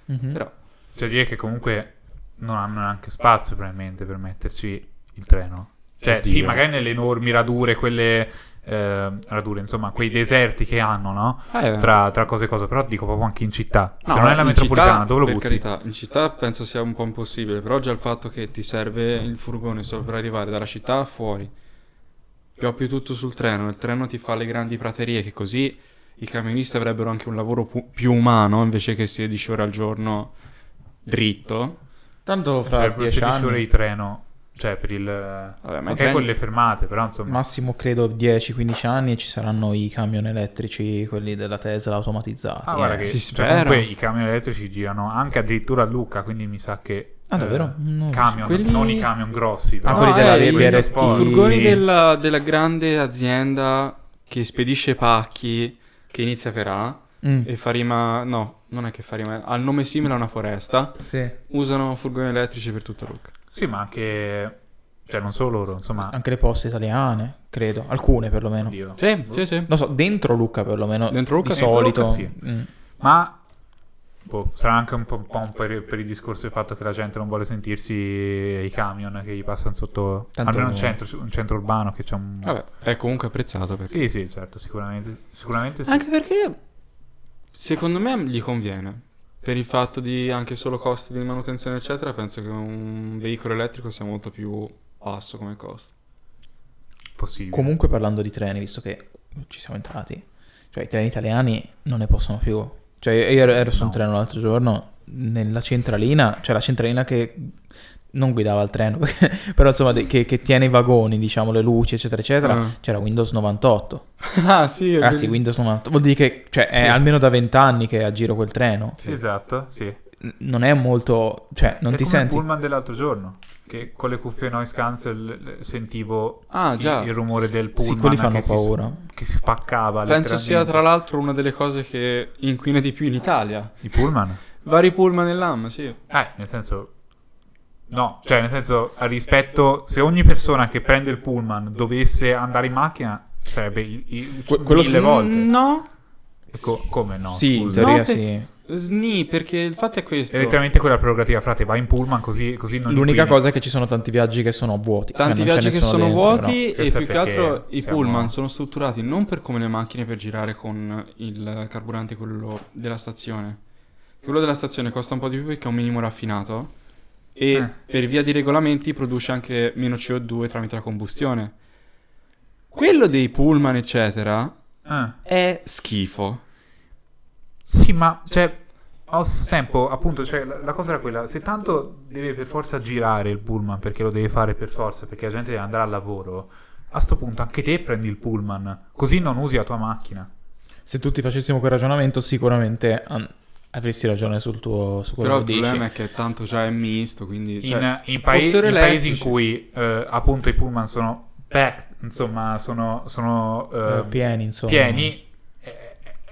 Speaker 1: Mhm.
Speaker 3: Però
Speaker 2: Cioè dire che comunque non hanno neanche spazio probabilmente per metterci il treno. Cioè sì,
Speaker 3: Oddio.
Speaker 2: magari nelle enormi radure, quelle... eh, radure, insomma, quei deserti che hanno, no?
Speaker 3: eh,
Speaker 2: Tra, tra cose e cose, però dico proprio anche in città.
Speaker 3: no,
Speaker 2: Se non è la
Speaker 3: in
Speaker 2: metropolitana,
Speaker 3: città,
Speaker 2: dove lo
Speaker 3: per
Speaker 2: butti?
Speaker 3: carità, in città penso sia un po' impossibile, però già il fatto che ti serve il furgone solo per arrivare dalla città fuori. Pioppi tutto sul treno, il treno ti fa le grandi praterie che così i camionisti avrebbero anche un lavoro pu- più umano invece che 16 ore al giorno dritto.
Speaker 1: Tanto fra
Speaker 2: Sarebbero
Speaker 1: 10
Speaker 2: 16
Speaker 1: anni
Speaker 2: ore di treno Cioè, per il... Vabbè,
Speaker 1: ma
Speaker 2: ok,
Speaker 1: prendi-
Speaker 2: quelle fermate, però insomma...
Speaker 1: Massimo credo 10-15 anni e ci saranno i camion elettrici, quelli della Tesla automatizzati.
Speaker 2: Ah, guarda
Speaker 1: eh.
Speaker 2: che
Speaker 3: si
Speaker 2: cioè,
Speaker 3: spera.
Speaker 2: comunque i camion elettrici girano anche addirittura a Lucca, quindi mi sa che...
Speaker 1: Ah, davvero?
Speaker 2: eh,
Speaker 1: Non lo so.
Speaker 2: camion,
Speaker 3: Quelli-
Speaker 2: non i camion grossi, però.
Speaker 1: Ah, quelli
Speaker 3: No,
Speaker 1: della
Speaker 3: eh, i-
Speaker 1: BRT.
Speaker 3: I
Speaker 2: trasporti.
Speaker 3: furgoni della, della grande azienda che spedisce pacchi, che inizia per A,
Speaker 1: Mm,
Speaker 3: e fa rima... No, non è che fa rima, ha il nome simile a una foresta,
Speaker 1: sì.
Speaker 3: usano furgoni elettrici per tutta Lucca.
Speaker 2: Sì, ma anche... Cioè, non solo loro, insomma...
Speaker 1: Anche le poste italiane, credo, alcune perlomeno.
Speaker 2: Dio.
Speaker 3: Sì, sì, sì.
Speaker 1: Non so, dentro Lucca perlomeno.
Speaker 3: Dentro Lucca
Speaker 1: di
Speaker 3: sì.
Speaker 1: solito.
Speaker 2: Dentro Lucca
Speaker 1: Mm.
Speaker 2: Ma boh, sarà anche un po', un po' un per, per il discorso del fatto che la gente non vuole sentirsi i camion che gli passano sotto.
Speaker 1: Tanto-
Speaker 2: Almeno un centro, un centro urbano che c'è un.
Speaker 3: Vabbè, è comunque apprezzato perché...
Speaker 2: Sì, sì, certo, sicuramente. Sicuramente sì.
Speaker 3: Anche perché secondo me gli conviene. Per il fatto di anche solo costi di manutenzione, eccetera, penso che un veicolo elettrico sia molto più basso come costo.
Speaker 2: possibile.
Speaker 1: Comunque parlando di treni, visto che ci siamo entrati, cioè i treni italiani non ne possono più. Cioè io ero, ero su un
Speaker 2: No.
Speaker 1: treno l'altro giorno, nella centralina, cioè la centralina che non guidava il treno, perché- però insomma de- che, che tiene i vagoni, diciamo le luci, eccetera, eccetera,
Speaker 3: Ah.
Speaker 1: c'era Windows 98.
Speaker 3: ah, sì,
Speaker 1: Ah
Speaker 3: è
Speaker 1: sì,
Speaker 3: bellissimo.
Speaker 1: Windows 98. Vuol dire che cioè, è
Speaker 3: Sì.
Speaker 1: almeno da 20 anni che è a giro quel treno.
Speaker 2: Sì, esatto, sì.
Speaker 1: N- Non è molto... cioè non
Speaker 2: È
Speaker 1: ti
Speaker 2: come
Speaker 1: senti...
Speaker 2: il pullman dell'altro giorno. Che con le cuffie noise cancel eh, sentivo
Speaker 3: Ah,
Speaker 2: il-
Speaker 3: già.
Speaker 2: il, rumore del pullman.
Speaker 1: Sì, quelli fanno
Speaker 2: che si s-
Speaker 1: paura.
Speaker 2: che si spaccava.
Speaker 3: Penso sia tra
Speaker 2: letteralmente.
Speaker 3: l'altro una delle cose che inquina di più in Italia.
Speaker 2: I pullman?
Speaker 3: Vari pullman e LAM, sì.
Speaker 2: Eh, nel senso... No, cioè nel senso, a rispetto... Se ogni persona che prende il pullman dovesse andare in macchina, sarebbe i, i-
Speaker 1: Que- quello
Speaker 2: mille
Speaker 1: sì.
Speaker 2: volte.
Speaker 3: No,
Speaker 2: Co- come no?
Speaker 1: sì, in
Speaker 2: scusa.
Speaker 1: teoria
Speaker 3: No, per-
Speaker 1: sì.
Speaker 3: sni, perché il fatto è questo.
Speaker 2: È letteralmente quella prerogativa, frate, vai in pullman così, così non
Speaker 1: L'unica
Speaker 2: inquini.
Speaker 1: cosa è che ci sono tanti viaggi che sono vuoti. cioè
Speaker 3: Tanti
Speaker 1: non c'è
Speaker 3: viaggi che
Speaker 1: nessuno
Speaker 3: sono
Speaker 1: dentro, però.
Speaker 3: vuoti e
Speaker 2: Questo è
Speaker 3: più che altro
Speaker 2: perché
Speaker 3: i
Speaker 2: siamo-
Speaker 3: pullman sono strutturati non per come le macchine per girare con il carburante quello della stazione. Quello della stazione costa un po' di più perché è un minimo raffinato e
Speaker 2: Eh.
Speaker 3: per via di regolamenti produce anche meno CO2 tramite la combustione. Quello dei pullman eccetera
Speaker 2: Eh.
Speaker 3: è schifo.
Speaker 2: Sì, ma cioè, allo stesso tempo, appunto, cioè, la, la cosa era quella: se tanto deve per forza girare il pullman perché lo deve fare per forza, perché la gente deve andare al lavoro, a sto punto anche te prendi il pullman, così non usi la tua macchina.
Speaker 1: Se tutti facessimo quel ragionamento, sicuramente an- avresti ragione sul tuo su quello
Speaker 3: Però il
Speaker 1: che dici.
Speaker 3: problema è che tanto già è misto, quindi...
Speaker 2: In,
Speaker 3: cioè,
Speaker 2: in pae-
Speaker 3: fossero
Speaker 2: in paesi in
Speaker 3: elettrici.
Speaker 2: cui eh, appunto i pullman sono packed, insomma, sono, sono, eh,
Speaker 1: Eh, pieni, insomma.
Speaker 2: pieni, eh,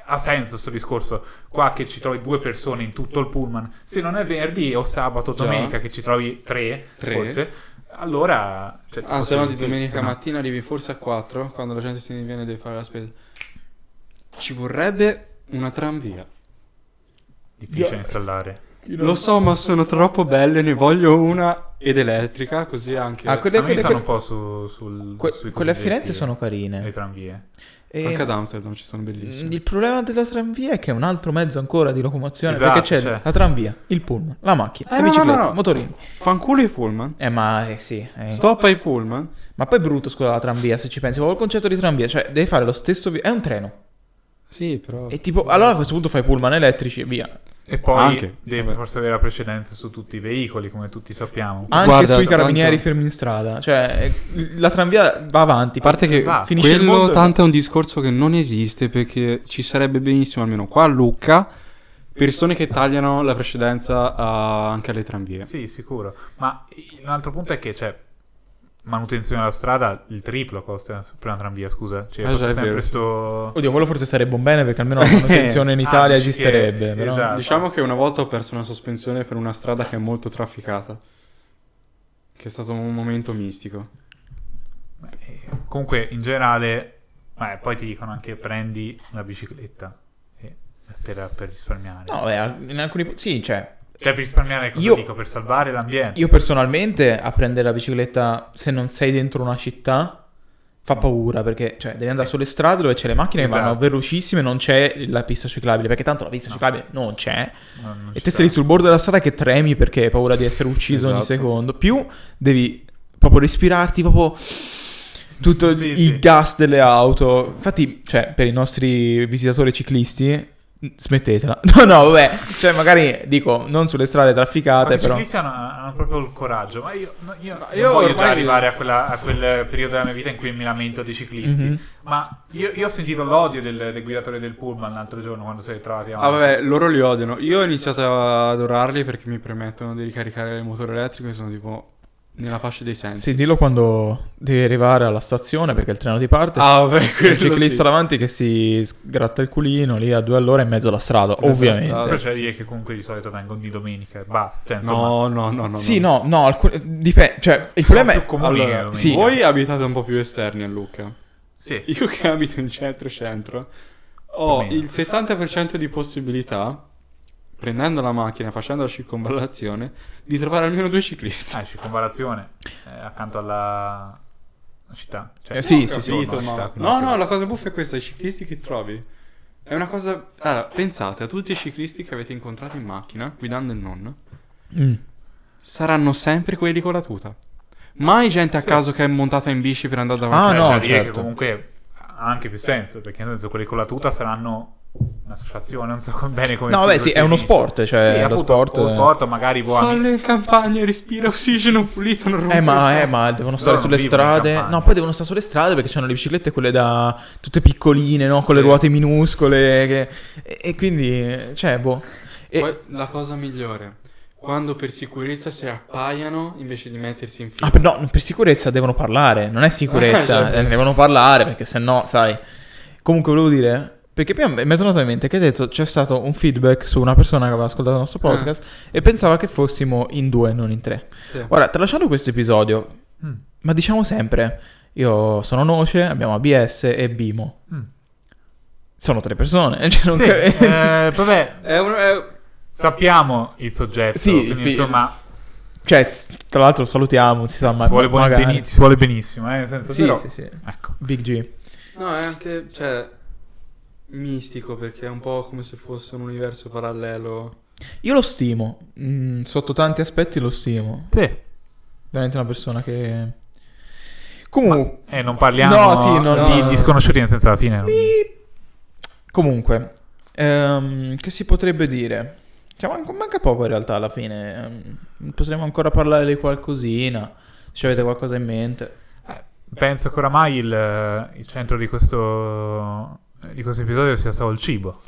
Speaker 2: ha senso questo discorso. Qua che ci trovi due persone in tutto il pullman, se non è venerdì o sabato o
Speaker 3: Già.
Speaker 2: domenica che ci trovi tre,
Speaker 3: Tre.
Speaker 2: forse, allora... cioè,
Speaker 3: Ah,
Speaker 2: forse
Speaker 3: se no
Speaker 2: sì,
Speaker 3: di
Speaker 2: sì,
Speaker 3: domenica
Speaker 2: se no.
Speaker 3: mattina arrivi forse a 4 quando la gente si viene deve fare la spesa. Ci vorrebbe una tranvia.
Speaker 2: Difficile installare.
Speaker 3: Lo so, ma sono troppo belle, ne voglio una ed elettrica, così anche
Speaker 1: Ah, quelle,
Speaker 2: a me
Speaker 1: quelle,
Speaker 2: stanno
Speaker 1: quelle,
Speaker 2: un po' su, sul,
Speaker 1: que-
Speaker 2: sui
Speaker 1: quelle a
Speaker 2: cosiddetti-
Speaker 1: Firenze sono carine.
Speaker 2: Le tranvie.
Speaker 1: E-
Speaker 3: anche ad Amsterdam ci sono bellissime.
Speaker 1: Mm, eh, Il problema della tranvia è che è un altro mezzo ancora di locomozione.
Speaker 2: Esatto,
Speaker 1: perché c'è
Speaker 2: cioè.
Speaker 1: la tranvia, il pullman, la macchina,
Speaker 3: Eh,
Speaker 1: la
Speaker 3: no,
Speaker 1: bicicletta,
Speaker 3: no, no.
Speaker 1: il motorino.
Speaker 3: Fanculo i pullman.
Speaker 1: Eh, ma eh, sì. eh.
Speaker 3: Stop ai pullman.
Speaker 1: Ma poi è brutto, scusa, la tranvia, se ci pensi. Proprio il concetto di tranvia, cioè, devi fare lo stesso... vi- è un treno.
Speaker 3: Sì, però
Speaker 1: E tipo, allora a questo punto fai pullman elettrici e via.
Speaker 2: E poi
Speaker 3: Anche,
Speaker 2: devi
Speaker 1: Eh,
Speaker 3: vabbè.
Speaker 2: forse avere la precedenza su tutti i veicoli, come tutti sappiamo.
Speaker 1: Anche
Speaker 3: Guarda,
Speaker 1: sui carabinieri
Speaker 3: tanto-
Speaker 1: fermi in strada. Cioè, eh, la tranvia Eh, va avanti.
Speaker 3: a parte che
Speaker 2: Va,
Speaker 1: finisce il
Speaker 3: quello
Speaker 1: mondo e-
Speaker 3: tanto è un discorso che non esiste perché ci sarebbe benissimo almeno qua a Lucca persone che tagliano la precedenza a- anche alle tranvie.
Speaker 2: Sì, sicuro. Ma i- un altro punto è che c'è manutenzione della strada, il triplo costa per una tranvia, scusa. Cioè,
Speaker 3: Ah,
Speaker 2: costa
Speaker 3: già, è
Speaker 2: sempre
Speaker 3: vero, sì.
Speaker 2: sto...
Speaker 1: Oddio, quello forse sarebbe un bene perché almeno la manutenzione in
Speaker 2: Ah,
Speaker 1: Italia
Speaker 2: dici
Speaker 1: esisterebbe.
Speaker 2: che-
Speaker 1: però-
Speaker 2: esatto.
Speaker 3: Diciamo che una volta ho perso una sospensione per una strada che è molto trafficata. Che è stato un momento mistico.
Speaker 2: Eh, Comunque, in generale, eh, poi ti dicono anche prendi una bicicletta eh, per, per risparmiare.
Speaker 1: No, beh, al- in alcuni... Sì, cioè,
Speaker 2: Cioè, per risparmiare cosa
Speaker 1: Io-
Speaker 2: dico? Per salvare l'ambiente.
Speaker 1: io personalmente a prendere la bicicletta se non sei dentro una città fa paura perché, cioè, devi andare
Speaker 2: Sì.
Speaker 1: sulle strade dove c'è le macchine che vanno
Speaker 2: Esatto.
Speaker 1: velocissime non c'è la pista ciclabile perché tanto la pista ciclabile non c'è.
Speaker 2: No, non
Speaker 1: E
Speaker 2: ci
Speaker 1: te
Speaker 2: sta.
Speaker 1: sei lì sul bordo della strada che tremi perché hai paura di essere ucciso ogni
Speaker 3: Esatto.
Speaker 1: secondo. Più devi proprio respirarti, proprio tutto
Speaker 2: Sì,
Speaker 1: il
Speaker 2: sì.
Speaker 1: gas delle auto. Infatti, cioè, per i nostri visitatori ciclisti, Smettetela. No, no, vabbè. Cioè, magari dico, non sulle strade
Speaker 2: Ma
Speaker 1: trafficate,
Speaker 2: i
Speaker 1: però...
Speaker 2: ciclisti hanno, hanno proprio il coraggio. Ma io, no, io,
Speaker 3: Ma
Speaker 2: non
Speaker 3: io
Speaker 2: voglio
Speaker 3: ormai-
Speaker 2: già arrivare a, quella- a quel periodo della mia vita in cui mi lamento dei ciclisti.
Speaker 1: Mhm.
Speaker 2: Ma io, io ho sentito l'odio del, del guidatore del pullman l'altro giorno quando si è trovati a
Speaker 3: Ah vabbè, loro li odiano. Io ho iniziato ad adorarli perché mi permettono di ricaricare il motore elettrico e sono tipo nella pace dei sensi.
Speaker 1: Sì, dillo quando devi arrivare alla stazione perché il treno ti parte.
Speaker 3: Ah vabbè,
Speaker 1: C'è
Speaker 3: quello
Speaker 1: il ciclista
Speaker 3: sì.
Speaker 1: davanti che si gratta il culino lì a due all'ora in mezzo alla strada,
Speaker 3: alla
Speaker 1: ovviamente.
Speaker 3: strada.
Speaker 2: Però c'è da Cioè, dire che comunque di solito vengono di domenica e basta. Cioè, insomma,
Speaker 3: No, no, no, no.
Speaker 1: Sì, no, no, alcun- dipende, cioè, il
Speaker 2: sono
Speaker 1: problema
Speaker 2: più
Speaker 1: è...
Speaker 2: comuni
Speaker 3: Allora,
Speaker 2: che domenica.
Speaker 1: sì.
Speaker 3: Voi abitate un po' più esterni a Lucca.
Speaker 2: Sì.
Speaker 3: Io che abito in centro-centro ho
Speaker 2: Più o meno.
Speaker 3: il 70% di possibilità, prendendo la macchina e facendo la circonvallazione, di trovare almeno due ciclisti.
Speaker 2: Ah, circonvalazione eh, accanto alla città. Cioè,
Speaker 1: Eh, sì,
Speaker 2: ho
Speaker 1: sì, sì.
Speaker 2: capito,
Speaker 3: Capito,
Speaker 2: ma-
Speaker 3: ma- No, no, la cosa buffa è questa, i ciclisti che trovi. È una cosa... Allora, pensate a tutti i ciclisti che avete incontrato in macchina, guidando e non,
Speaker 1: Mm.
Speaker 3: saranno sempre quelli con la tuta. Mai gente a caso che è montata in bici per andare
Speaker 1: Ah,
Speaker 3: davanti.
Speaker 2: Eh,
Speaker 1: no,
Speaker 2: c'è da dire che
Speaker 1: certo.
Speaker 2: comunque ha anche più senso, perché nel senso quelli con la tuta saranno un'associazione, non so com- bene come
Speaker 1: No,
Speaker 2: si
Speaker 1: vabbè, sì, è uno
Speaker 2: definisca.
Speaker 1: sport, cioè,
Speaker 2: Sì,
Speaker 1: lo
Speaker 2: appunto,
Speaker 1: sport-
Speaker 2: lo sport magari può
Speaker 3: Fallo in campagna, respira ossigeno pulito, non rompere
Speaker 1: Eh
Speaker 3: il
Speaker 1: ma,
Speaker 3: cazzo.
Speaker 1: eh, ma devono
Speaker 2: Loro
Speaker 1: stare
Speaker 2: non
Speaker 1: sulle
Speaker 2: vivono in
Speaker 1: strade.
Speaker 2: campagna.
Speaker 1: No, poi devono stare sulle strade perché hanno le biciclette quelle da tutte piccoline, no? Con le
Speaker 3: Sì.
Speaker 1: ruote minuscole. che- E, e quindi, cioè, boh. E-
Speaker 3: Poi la cosa migliore, quando per sicurezza si appaiano invece di mettersi in fila.
Speaker 1: Ah, per, no, per sicurezza devono parlare, non è sicurezza,
Speaker 3: Ah, certo.
Speaker 1: eh, devono parlare perché sennò, sai. Comunque volevo dire, perché prima mi è tornato in mente che hai detto c'è stato un feedback su una persona che aveva ascoltato il nostro podcast e pensava che fossimo in due, non in tre.
Speaker 3: Sì.
Speaker 1: Ora, tralasciando questo episodio,
Speaker 2: Mm,
Speaker 1: ma diciamo sempre, io sono Noce, abbiamo ABS e Bimo.
Speaker 2: mm.
Speaker 1: Sono tre persone, cioè non
Speaker 2: Sì,
Speaker 1: cap-
Speaker 2: eh, vabbè,
Speaker 3: È un- è-
Speaker 2: sappiamo il soggetto,
Speaker 1: Sì,
Speaker 2: quindi,
Speaker 1: fi-
Speaker 2: insomma,
Speaker 1: Cioè, s- tra l'altro salutiamo, si sa, ma
Speaker 2: ci vuole, buon-
Speaker 1: magari-
Speaker 2: beni- ci vuole benissimo, eh, nel senso
Speaker 1: Sì,
Speaker 2: però-
Speaker 1: sì, sì.
Speaker 2: Ecco.
Speaker 1: Big G.
Speaker 3: No, è anche, cioè, mistico perché è un po' come se fosse un universo parallelo.
Speaker 1: Io lo stimo, mm, sotto tanti aspetti lo stimo.
Speaker 2: Sì.
Speaker 1: veramente una persona che comunque
Speaker 2: Eh, non parliamo
Speaker 1: No, sì, no,
Speaker 2: di,
Speaker 3: no.
Speaker 2: di sconosciuti, nel senso alla fine... non-
Speaker 1: comunque ehm, che si potrebbe dire cioè, manca, manca poco in realtà alla fine ehm, potremmo ancora parlare di qualcosina se avete qualcosa in mente
Speaker 2: Penso che oramai il, il centro di questo, di questo episodio sia stato il cibo.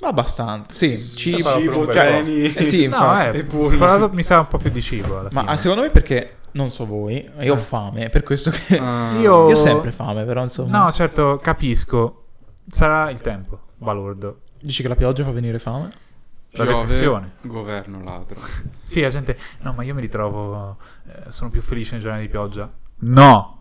Speaker 1: ma abbastanza sì cibo
Speaker 2: parla proprio
Speaker 1: cioè,
Speaker 2: bene.
Speaker 1: eh sì,
Speaker 2: No,
Speaker 1: infatti.
Speaker 2: eh,
Speaker 3: E pure-
Speaker 2: si è parlato- mi sa un po' più di cibo alla
Speaker 1: ma
Speaker 2: fine.
Speaker 1: ah, secondo me perché non so voi ma io ho fame è per questo che
Speaker 3: Ah.
Speaker 2: Eh. Io-
Speaker 1: Eh, io ho sempre fame però insomma
Speaker 2: No, certo, capisco. Sarà il tempo, balordo.
Speaker 1: dici che la pioggia fa venire fame
Speaker 2: La
Speaker 3: Piove,
Speaker 2: depressione.
Speaker 3: Governo ladro.
Speaker 2: Sì, la gente... No, ma io mi ritrovo... eh, sono più felice nei giorni di pioggia. No!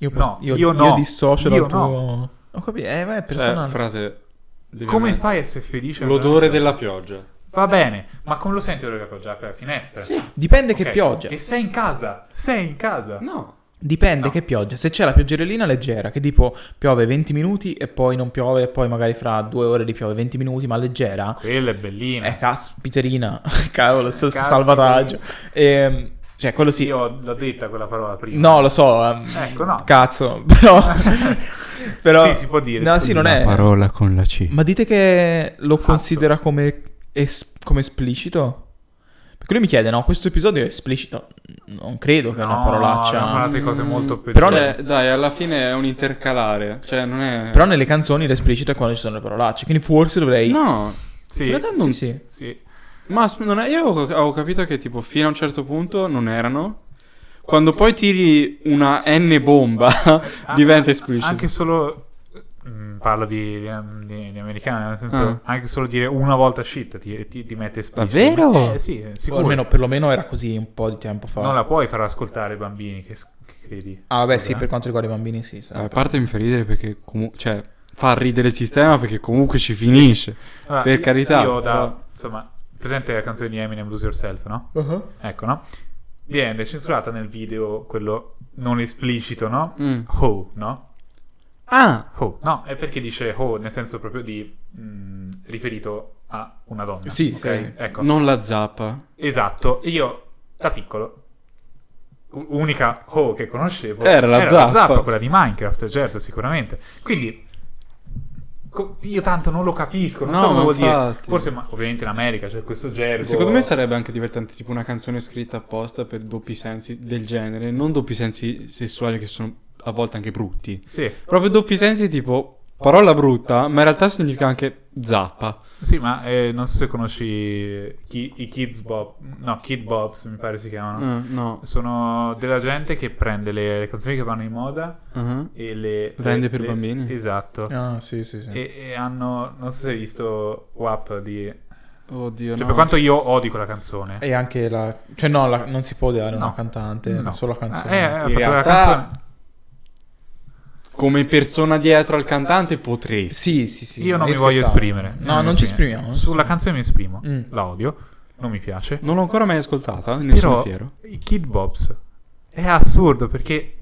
Speaker 1: io,
Speaker 2: No,
Speaker 1: io,
Speaker 2: io no.
Speaker 1: dissocio
Speaker 2: Io
Speaker 1: dal tuo
Speaker 2: no.
Speaker 1: ho capito eh, ma è
Speaker 3: Cioè,
Speaker 1: personale
Speaker 3: frate, devi
Speaker 2: Come
Speaker 3: ammettere-
Speaker 2: fai a essere felice?
Speaker 1: cioè,
Speaker 3: L'odore della pioggia.
Speaker 2: Va bene, ma come lo senti l'odore della pioggia? Per la finestra? Sì,
Speaker 1: dipende che pioggia
Speaker 2: E sei in casa! Sei in casa!
Speaker 3: No.
Speaker 1: Dipende
Speaker 2: No.
Speaker 1: che pioggia. Se c'è la pioggerellina leggera, che tipo piove 20 minuti e poi non piove, e poi magari fra due ore di piove 20 minuti, ma leggera,
Speaker 2: Quella è bellina.
Speaker 1: è caspiterina, cavolo, s-
Speaker 2: Caspiterina.
Speaker 1: salvataggio. Ehm, cioè, quello sì.
Speaker 2: Io l'ho detta quella parola prima.
Speaker 1: No, lo so. ehm,
Speaker 2: Ecco, no.
Speaker 1: Cazzo, però... però...
Speaker 2: Sì, si può dire,
Speaker 1: No,
Speaker 2: si
Speaker 1: sì,
Speaker 2: può
Speaker 1: non è...
Speaker 3: parola con la C.
Speaker 1: Ma dite che lo considera come, es- come esplicito? Perché lui mi chiede, no, questo episodio è esplicito? Non credo che è una
Speaker 2: No,
Speaker 1: parolaccia.
Speaker 2: abbiamo parlato di cose molto più...
Speaker 1: Mm. però
Speaker 3: Cioè, dai, alla fine è un intercalare. Cioè, non è...
Speaker 1: Però nelle canzoni l'esplicito è quando ci sono le parolacce, quindi forse dovrei...
Speaker 3: No.
Speaker 2: Sì,
Speaker 1: In realtà non-
Speaker 2: sì,
Speaker 1: sì.
Speaker 2: sì.
Speaker 3: Ma asp- non è- io ho ho capito che tipo fino a un certo punto non erano. Quando poi tiri una N bomba diventa esplicito.
Speaker 2: Anche solo... mm, Parlo di, di, di- di americano, nel senso,
Speaker 3: Ah.
Speaker 2: anche solo dire una volta shit ti, ti, ti mette esplicito.
Speaker 3: Davvero?
Speaker 2: Eh, sì,
Speaker 1: O
Speaker 2: sicuro.
Speaker 1: almeno, perlomeno era così un po' di tempo fa.
Speaker 2: Non la puoi far ascoltare ai bambini, che, s- che credi?
Speaker 1: Ah, vabbè, sì,
Speaker 2: Cosa?
Speaker 1: per quanto riguarda i bambini, sì. esatto. sa.
Speaker 3: A parte mi fa ridere perché comunque... Cioè, fa ridere il sistema perché comunque ci finisce.
Speaker 2: Allora,
Speaker 3: per
Speaker 2: Ah, io-
Speaker 3: carità.
Speaker 2: Io da...
Speaker 3: però-
Speaker 2: Insomma, presente la canzone di Eminem, Lose Yourself, no?
Speaker 1: Uh-huh.
Speaker 2: Ecco, no? Viene censurata nel video quello non esplicito, no?
Speaker 3: Mm.
Speaker 2: Oh, no?
Speaker 3: Ah!
Speaker 2: Ho, no, è perché dice ho nel senso proprio di mm, riferito a una donna.
Speaker 1: Sì,
Speaker 2: ok?
Speaker 1: sì, sì.
Speaker 2: Ecco.
Speaker 3: Non la zappa.
Speaker 2: Esatto, E io da piccolo u- unica ho che conoscevo
Speaker 3: Era la zappa.
Speaker 2: quella di Minecraft, certo, sicuramente. Quindi co- io tanto non lo capisco, non
Speaker 3: No,
Speaker 2: so cosa
Speaker 3: ma
Speaker 2: vuol dire.
Speaker 3: infatti.
Speaker 2: Forse, ma ovviamente in America c'è questo gergo.
Speaker 3: Secondo me sarebbe anche divertente tipo una canzone scritta apposta per doppi sensi del genere, non doppi sensi sessuali che sono a volte anche brutti.
Speaker 2: Sì,
Speaker 3: Proprio doppi sensi tipo parola brutta, ma in realtà significa anche zappa.
Speaker 2: sì, ma eh, non so se conosci chi- i Kids Bop, no, Kid Bops mi pare si
Speaker 1: Mm.
Speaker 2: chiamano.
Speaker 3: Eh, no.
Speaker 2: Sono della gente che prende le, le canzoni che vanno in moda
Speaker 3: Ah.
Speaker 2: e le...
Speaker 3: Rende
Speaker 2: le-
Speaker 3: per
Speaker 2: le-
Speaker 3: bambini?
Speaker 2: Esatto.
Speaker 1: Ah, sì, sì, sì.
Speaker 2: E, e hanno, non so se hai visto WAP di... Cioè,
Speaker 3: Oddio, no.
Speaker 2: per quanto io odio quella canzone.
Speaker 1: E anche la... Cioè no, la- non si può dare
Speaker 2: No.
Speaker 1: Eh, una cantante,
Speaker 2: No.
Speaker 1: una sola
Speaker 2: Eh, eh,
Speaker 1: canzone.
Speaker 2: ha
Speaker 3: In
Speaker 2: fatto la
Speaker 3: realtà-
Speaker 2: canzone.
Speaker 3: Come persona dietro al cantante
Speaker 1: Sì,
Speaker 3: potresti.
Speaker 1: sì, sì.
Speaker 2: eh. Io non mi
Speaker 1: riesco
Speaker 2: voglio
Speaker 1: a stare.
Speaker 2: esprimere.
Speaker 1: No,
Speaker 2: mi
Speaker 1: non ci
Speaker 2: esprimo.
Speaker 1: esprimiamo.
Speaker 2: Sulla canzone mi esprimo.
Speaker 1: Mm.
Speaker 2: La odio, non mi piace.
Speaker 3: Non l'ho ancora mai ascoltata, ne sono
Speaker 2: Però
Speaker 3: fiero.
Speaker 2: i Kid Bobs è assurdo perché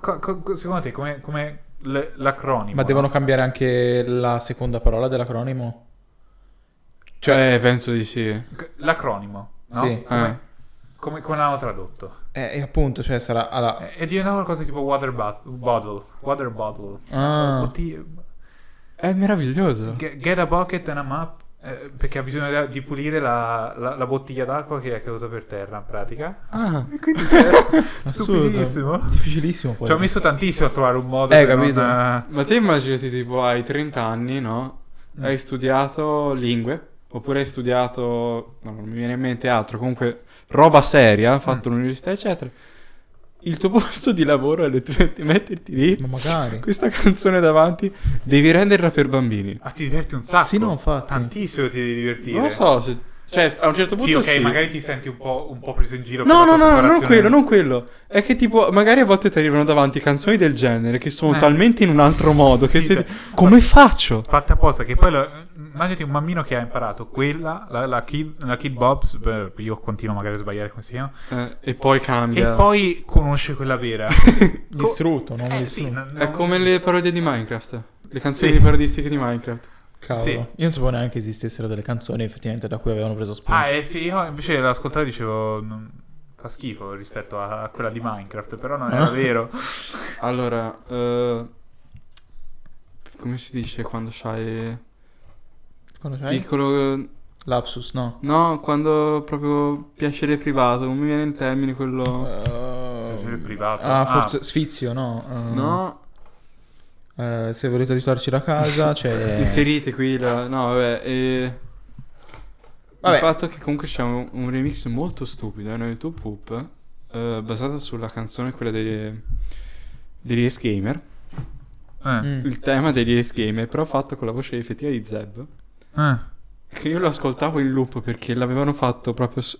Speaker 2: co- co- co- secondo te come, come l- l'acronimo?
Speaker 1: Ma devono
Speaker 2: no?
Speaker 1: cambiare anche la seconda parola dell'acronimo? Cioè,
Speaker 3: Cioè, penso di sì.
Speaker 2: C- l'acronimo, no?
Speaker 1: Sì.
Speaker 2: Come,
Speaker 3: Eh.
Speaker 2: come, come l'hanno tradotto?
Speaker 1: eh, e appunto, cioè sarà... alla-
Speaker 2: È, è diventata qualcosa tipo water bot- bottle, water bottle.
Speaker 1: Ah.
Speaker 2: Otti-
Speaker 3: Eh. È meraviglioso.
Speaker 2: Ge- Get a bucket and a map. eh, perché ha bisogno de- di pulire la, la- la bottiglia d'acqua che è caduta per terra in pratica.
Speaker 3: Ah,
Speaker 2: Quindi c'è
Speaker 1: Assurdo.
Speaker 2: stupidissimo.
Speaker 1: Difficilissimo poi.
Speaker 2: Ci ho messo tantissimo a trovare un modo
Speaker 1: Eh,
Speaker 2: per
Speaker 1: capito.
Speaker 2: non,
Speaker 3: ma te immaginati tipo hai 30 anni, no?
Speaker 2: Mm.
Speaker 3: Hai studiato lingue, oppure hai studiato, no, non mi viene in mente altro, comunque roba seria,
Speaker 2: Mm.
Speaker 3: fatto l'università, eccetera. Il tuo posto di lavoro è letteralmente metterti
Speaker 1: Ma
Speaker 3: lì,
Speaker 1: magari.
Speaker 3: questa canzone davanti, devi renderla per bambini.
Speaker 2: Ah, ti diverti un sacco.
Speaker 1: Sì, no, infatti.
Speaker 2: Tantissimo ti devi divertire.
Speaker 3: Non lo so, se- cioè a un certo punto
Speaker 2: Sì, ok,
Speaker 3: sì.
Speaker 2: magari ti senti un po', un po' preso in giro. per
Speaker 3: No, no,
Speaker 2: la tua
Speaker 3: no, non
Speaker 2: preparazione.
Speaker 3: quello, non quello. È che tipo, magari a volte ti arrivano davanti canzoni del genere che sono
Speaker 2: Eh.
Speaker 3: talmente in un altro modo che
Speaker 2: Sì,
Speaker 3: se...
Speaker 2: cioè,
Speaker 3: Come faccio?
Speaker 2: Fatta apposta, che poi lo- immaginati un bambino che ha imparato quella, la, la Kid, la Kid Bobs, beh, io continuo magari a sbagliare come si chiama,
Speaker 3: Eh, e poi cambia.
Speaker 2: e poi conosce quella vera.
Speaker 1: Distrutto, no?
Speaker 2: Eh, sì,
Speaker 1: Distrutto.
Speaker 2: non-
Speaker 3: È
Speaker 2: non-
Speaker 3: come le parodie di Minecraft. Le canzoni
Speaker 2: Sì.
Speaker 3: di parodistiche di Minecraft.
Speaker 1: Cavolo.
Speaker 2: Sì.
Speaker 1: Io non sapevo neanche esistessero delle canzoni effettivamente da cui avevano preso spunto.
Speaker 2: Ah, eh sì, io invece l'ascoltavo e dicevo... "Non- Fa schifo rispetto a a quella di Minecraft, però non
Speaker 1: Eh?
Speaker 2: era vero.
Speaker 3: Allora, eh, come si dice quando c'hai
Speaker 1: Eh? Quando c'hai?
Speaker 3: piccolo... eh,
Speaker 1: Lapsus, no.
Speaker 3: No, quando proprio piacere privato, non mi viene il termine quello...
Speaker 1: Piacere
Speaker 2: privato.
Speaker 1: Eh, Ah,
Speaker 2: Ah.
Speaker 1: forse sfizio, no? Eh,
Speaker 3: No,
Speaker 1: eh, se volete aiutarci da casa, c'è...
Speaker 3: inserite qui la... No, vabbè, e...
Speaker 1: Vabbè.
Speaker 3: Il fatto che comunque c'è un, un remix molto stupido, eh, no, YouTube Poop, eh, basata sulla canzone quella dei... degli Ace Gamer.
Speaker 2: Eh,
Speaker 1: Mm.
Speaker 3: il tema degli Ace Gamer, però fatto con la voce effettiva di Zeb.
Speaker 2: eh.
Speaker 3: Che io lo ascoltavo in loop perché l'avevano fatto proprio s-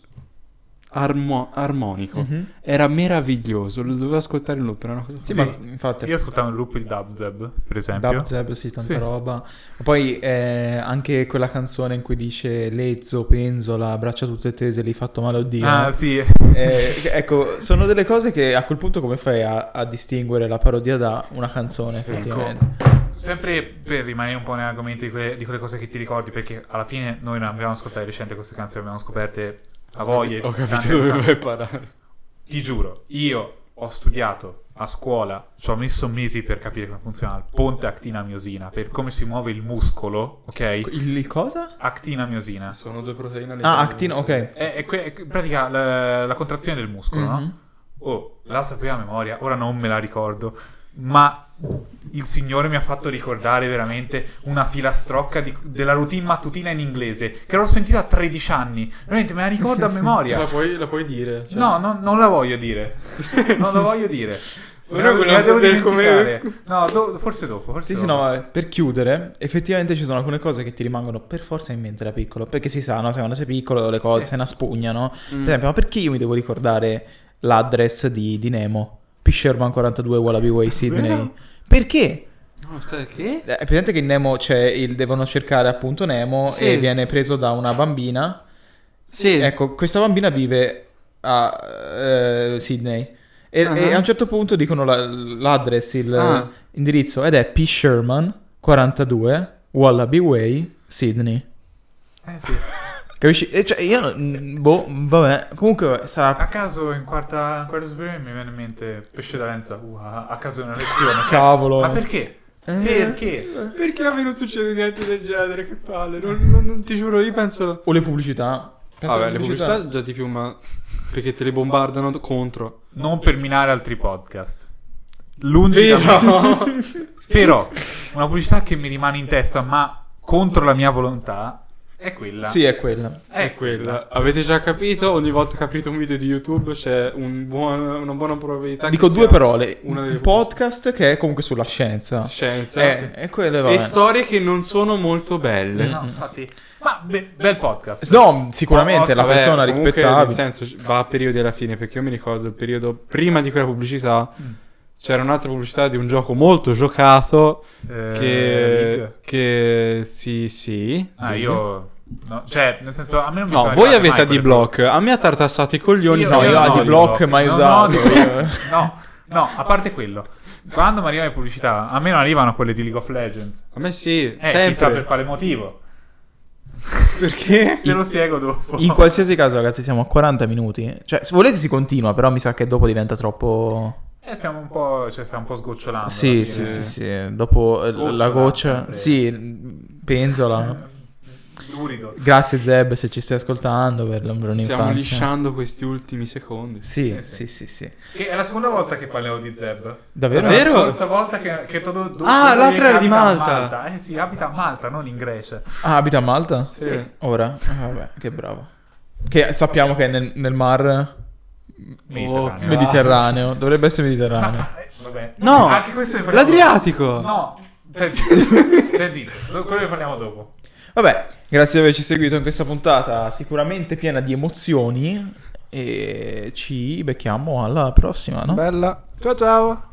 Speaker 3: armo- armonico.
Speaker 1: Mhm.
Speaker 3: Era meraviglioso, lo dovevo ascoltare in loop. Era una cosa
Speaker 1: Sì,
Speaker 2: Sì.
Speaker 1: ma infatti...
Speaker 2: Io ascoltavo in loop il Dubzeb, per esempio.
Speaker 1: Dubzeb, sì, tanta
Speaker 2: Sì.
Speaker 1: roba. Ma Poi eh, anche quella canzone in cui dice Lezzo, penzola, braccia tutte tese, li fatto male, oddio.
Speaker 2: Ah, sì.
Speaker 1: Eh, ecco, sono delle cose che a quel punto come fai a, a distinguere la parodia da una canzone, effettivamente?
Speaker 2: Ecco, sempre per rimanere un po' nell'argomento di quelle, di quelle cose che ti ricordi, perché alla fine noi non abbiamo ascoltato di recente queste canzoni, le abbiamo scoperte a voglia.
Speaker 3: Ho
Speaker 2: tante
Speaker 3: capito dove
Speaker 2: volte.
Speaker 3: vuoi parare.
Speaker 2: Ti giuro, io ho studiato a scuola, ci ho messo mesi per capire come funziona il ponte actina miosina, per come si muove il muscolo, ok?
Speaker 1: Il, il cosa?
Speaker 2: Actina miosina.
Speaker 3: Sono due proteine alle
Speaker 1: Ah, actino, ok.
Speaker 2: È, è que- è que- in pratica la, la contrazione del muscolo, Ecco,
Speaker 3: Mm-hmm.
Speaker 2: no?
Speaker 1: Mhm.
Speaker 2: Oh, la sapevo a memoria, ora non me la ricordo, ma il Signore mi ha fatto ricordare veramente una filastrocca di- della routine mattutina in inglese, che l'ho sentita a 13 anni, veramente me la ricordo a
Speaker 3: La
Speaker 2: memoria.
Speaker 3: puoi, la puoi dire. cioè-
Speaker 2: No, non- non la voglio dire, non la voglio dire. Me
Speaker 3: Ora
Speaker 2: la- me
Speaker 3: vogliamo
Speaker 2: la devo
Speaker 3: sapere come-
Speaker 2: dimenticare. No, do- forse dopo, forse
Speaker 1: Sì, sì,
Speaker 2: dopo.
Speaker 1: no, vabbè. per chiudere, effettivamente ci sono alcune cose che ti rimangono per forza in mente da piccolo, perché si sa, no? Se quando sei piccolo le cose
Speaker 2: Sì.
Speaker 1: se ne spugnano. Per
Speaker 3: Mm.
Speaker 1: esempio, ma perché io mi devo ricordare l'address di, di Nemo? P. Sherman 42 Wallaby Way, Sydney.
Speaker 2: Vero?
Speaker 1: Perché?
Speaker 3: No, aspetta, che?
Speaker 1: Eh, È presente che in Nemo c'è il devono cercare appunto Nemo
Speaker 3: Sì.
Speaker 1: e viene preso da una bambina.
Speaker 3: Sì.
Speaker 1: Ecco, questa bambina vive a eh, Sydney. E,
Speaker 3: Ah.
Speaker 1: e a un certo punto dicono la- l'address, il
Speaker 3: Ah.
Speaker 1: indirizzo, ed è P. Sherman 42 Wallaby Way, Sydney.
Speaker 2: Eh sì.
Speaker 1: Capisci? E cioè, io. mm, Boh, vabbè. Comunque, vabbè, sarà.
Speaker 3: Ah,
Speaker 2: A caso in quarta, in quarta superiore mi viene in mente pesce da lenza, uh, a caso in una lezione. cioè,
Speaker 1: Cavolo.
Speaker 2: Ma perché?
Speaker 1: Eh.
Speaker 2: Perché?
Speaker 3: Perché a me non succede niente del genere? Che palle, non, non- non ti giuro, io penso...
Speaker 1: O le pubblicità. Pensa
Speaker 3: Vabbè,
Speaker 1: alle
Speaker 3: le pubblicità già di più, ma... Perché te le bombardano contro.
Speaker 2: Non per minare altri podcast. Lungi da me. Però, una pubblicità che mi rimane in testa, ma contro la mia volontà, è quella.
Speaker 1: Sì, è quella.
Speaker 3: È quella. Avete già capito? Ogni volta che aprite un video di YouTube c'è un buon- una buona probabilità che
Speaker 1: Dico
Speaker 3: sia
Speaker 1: due parole.
Speaker 3: Una delle
Speaker 1: Un podcast che è comunque sulla scienza.
Speaker 3: Scienza.
Speaker 1: Eh,
Speaker 3: sì.
Speaker 1: è quello, vabbè.
Speaker 3: E storie che non sono molto belle.
Speaker 2: No, infatti. Ma be- bel podcast.
Speaker 1: No, sicuramente la
Speaker 3: Vabbè,
Speaker 1: persona
Speaker 3: comunque, Nel
Speaker 1: rispettabile.
Speaker 3: senso, va a periodi alla fine, perché io mi ricordo il periodo prima di quella pubblicità.
Speaker 2: Mm.
Speaker 3: C'era un'altra pubblicità di un gioco molto giocato
Speaker 2: Eh,
Speaker 3: che,
Speaker 2: League.
Speaker 3: che sì, sì.
Speaker 2: Ah, io... no, cioè, nel senso, a me non mi sono
Speaker 3: No, voi
Speaker 2: arrivate
Speaker 3: avete
Speaker 2: mai quelle
Speaker 3: AD-Block, a me ha tartassato i coglioni.
Speaker 1: No, io
Speaker 3: fino a
Speaker 1: AD-Block
Speaker 3: oggi.
Speaker 1: mai
Speaker 2: No,
Speaker 1: usato.
Speaker 2: No, no, no, no, a parte quello. Quando mi arrivano le pubblicità, a me non arrivano quelle di League of Legends.
Speaker 3: A me sì,
Speaker 2: Eh,
Speaker 3: sempre.
Speaker 2: chissà per quale motivo.
Speaker 3: Perché?
Speaker 2: Te lo spiego dopo.
Speaker 1: In qualsiasi caso, ragazzi, siamo a 40 minuti. Cioè, se volete si continua, però mi sa che dopo diventa troppo...
Speaker 2: Eh, stiamo un po', cioè, stiamo un po' sgocciolando. alla
Speaker 1: Sì,
Speaker 2: fine.
Speaker 1: sì, sì, sì. Dopo eh, la
Speaker 2: Gocciola,
Speaker 1: goccia...
Speaker 2: sempre.
Speaker 1: Sì, pensola.
Speaker 2: Lurido.
Speaker 1: Grazie Zeb se ci stai ascoltando per l'ombrone
Speaker 3: Stiamo
Speaker 1: infanzia.
Speaker 3: lisciando questi ultimi secondi.
Speaker 1: Sì, sì,
Speaker 2: sì.
Speaker 1: sì, sì.
Speaker 2: Che è la seconda volta che parliamo di Zeb.
Speaker 1: Davvero?
Speaker 2: Era
Speaker 3: Davvero?
Speaker 2: La scorsa volta che, che Todò- Todò-
Speaker 3: Ah,
Speaker 2: Todò
Speaker 3: l'altra era di
Speaker 2: abita a
Speaker 3: Malta. Oh,
Speaker 2: Eh sì, abita a Malta, non in Grecia.
Speaker 1: Ah, abita a Malta?
Speaker 3: Sì.
Speaker 1: Ora? Ah, vabbè, che bravo. Che sappiamo che è nel, nel mar
Speaker 2: Mediterraneo.
Speaker 3: Medi-
Speaker 1: Mediterraneo. Dovrebbe essere Mediterraneo.
Speaker 2: Eh, vabbè.
Speaker 3: No,
Speaker 2: Anche questo ne parliamo
Speaker 3: l'Adriatico!
Speaker 2: No, stai zitto. Stai zitto. Quello ne parliamo dopo.
Speaker 1: Vabbè, grazie di averci seguito in questa puntata sicuramente piena di emozioni e ci becchiamo alla prossima, no?
Speaker 3: Bella.
Speaker 2: Ciao ciao.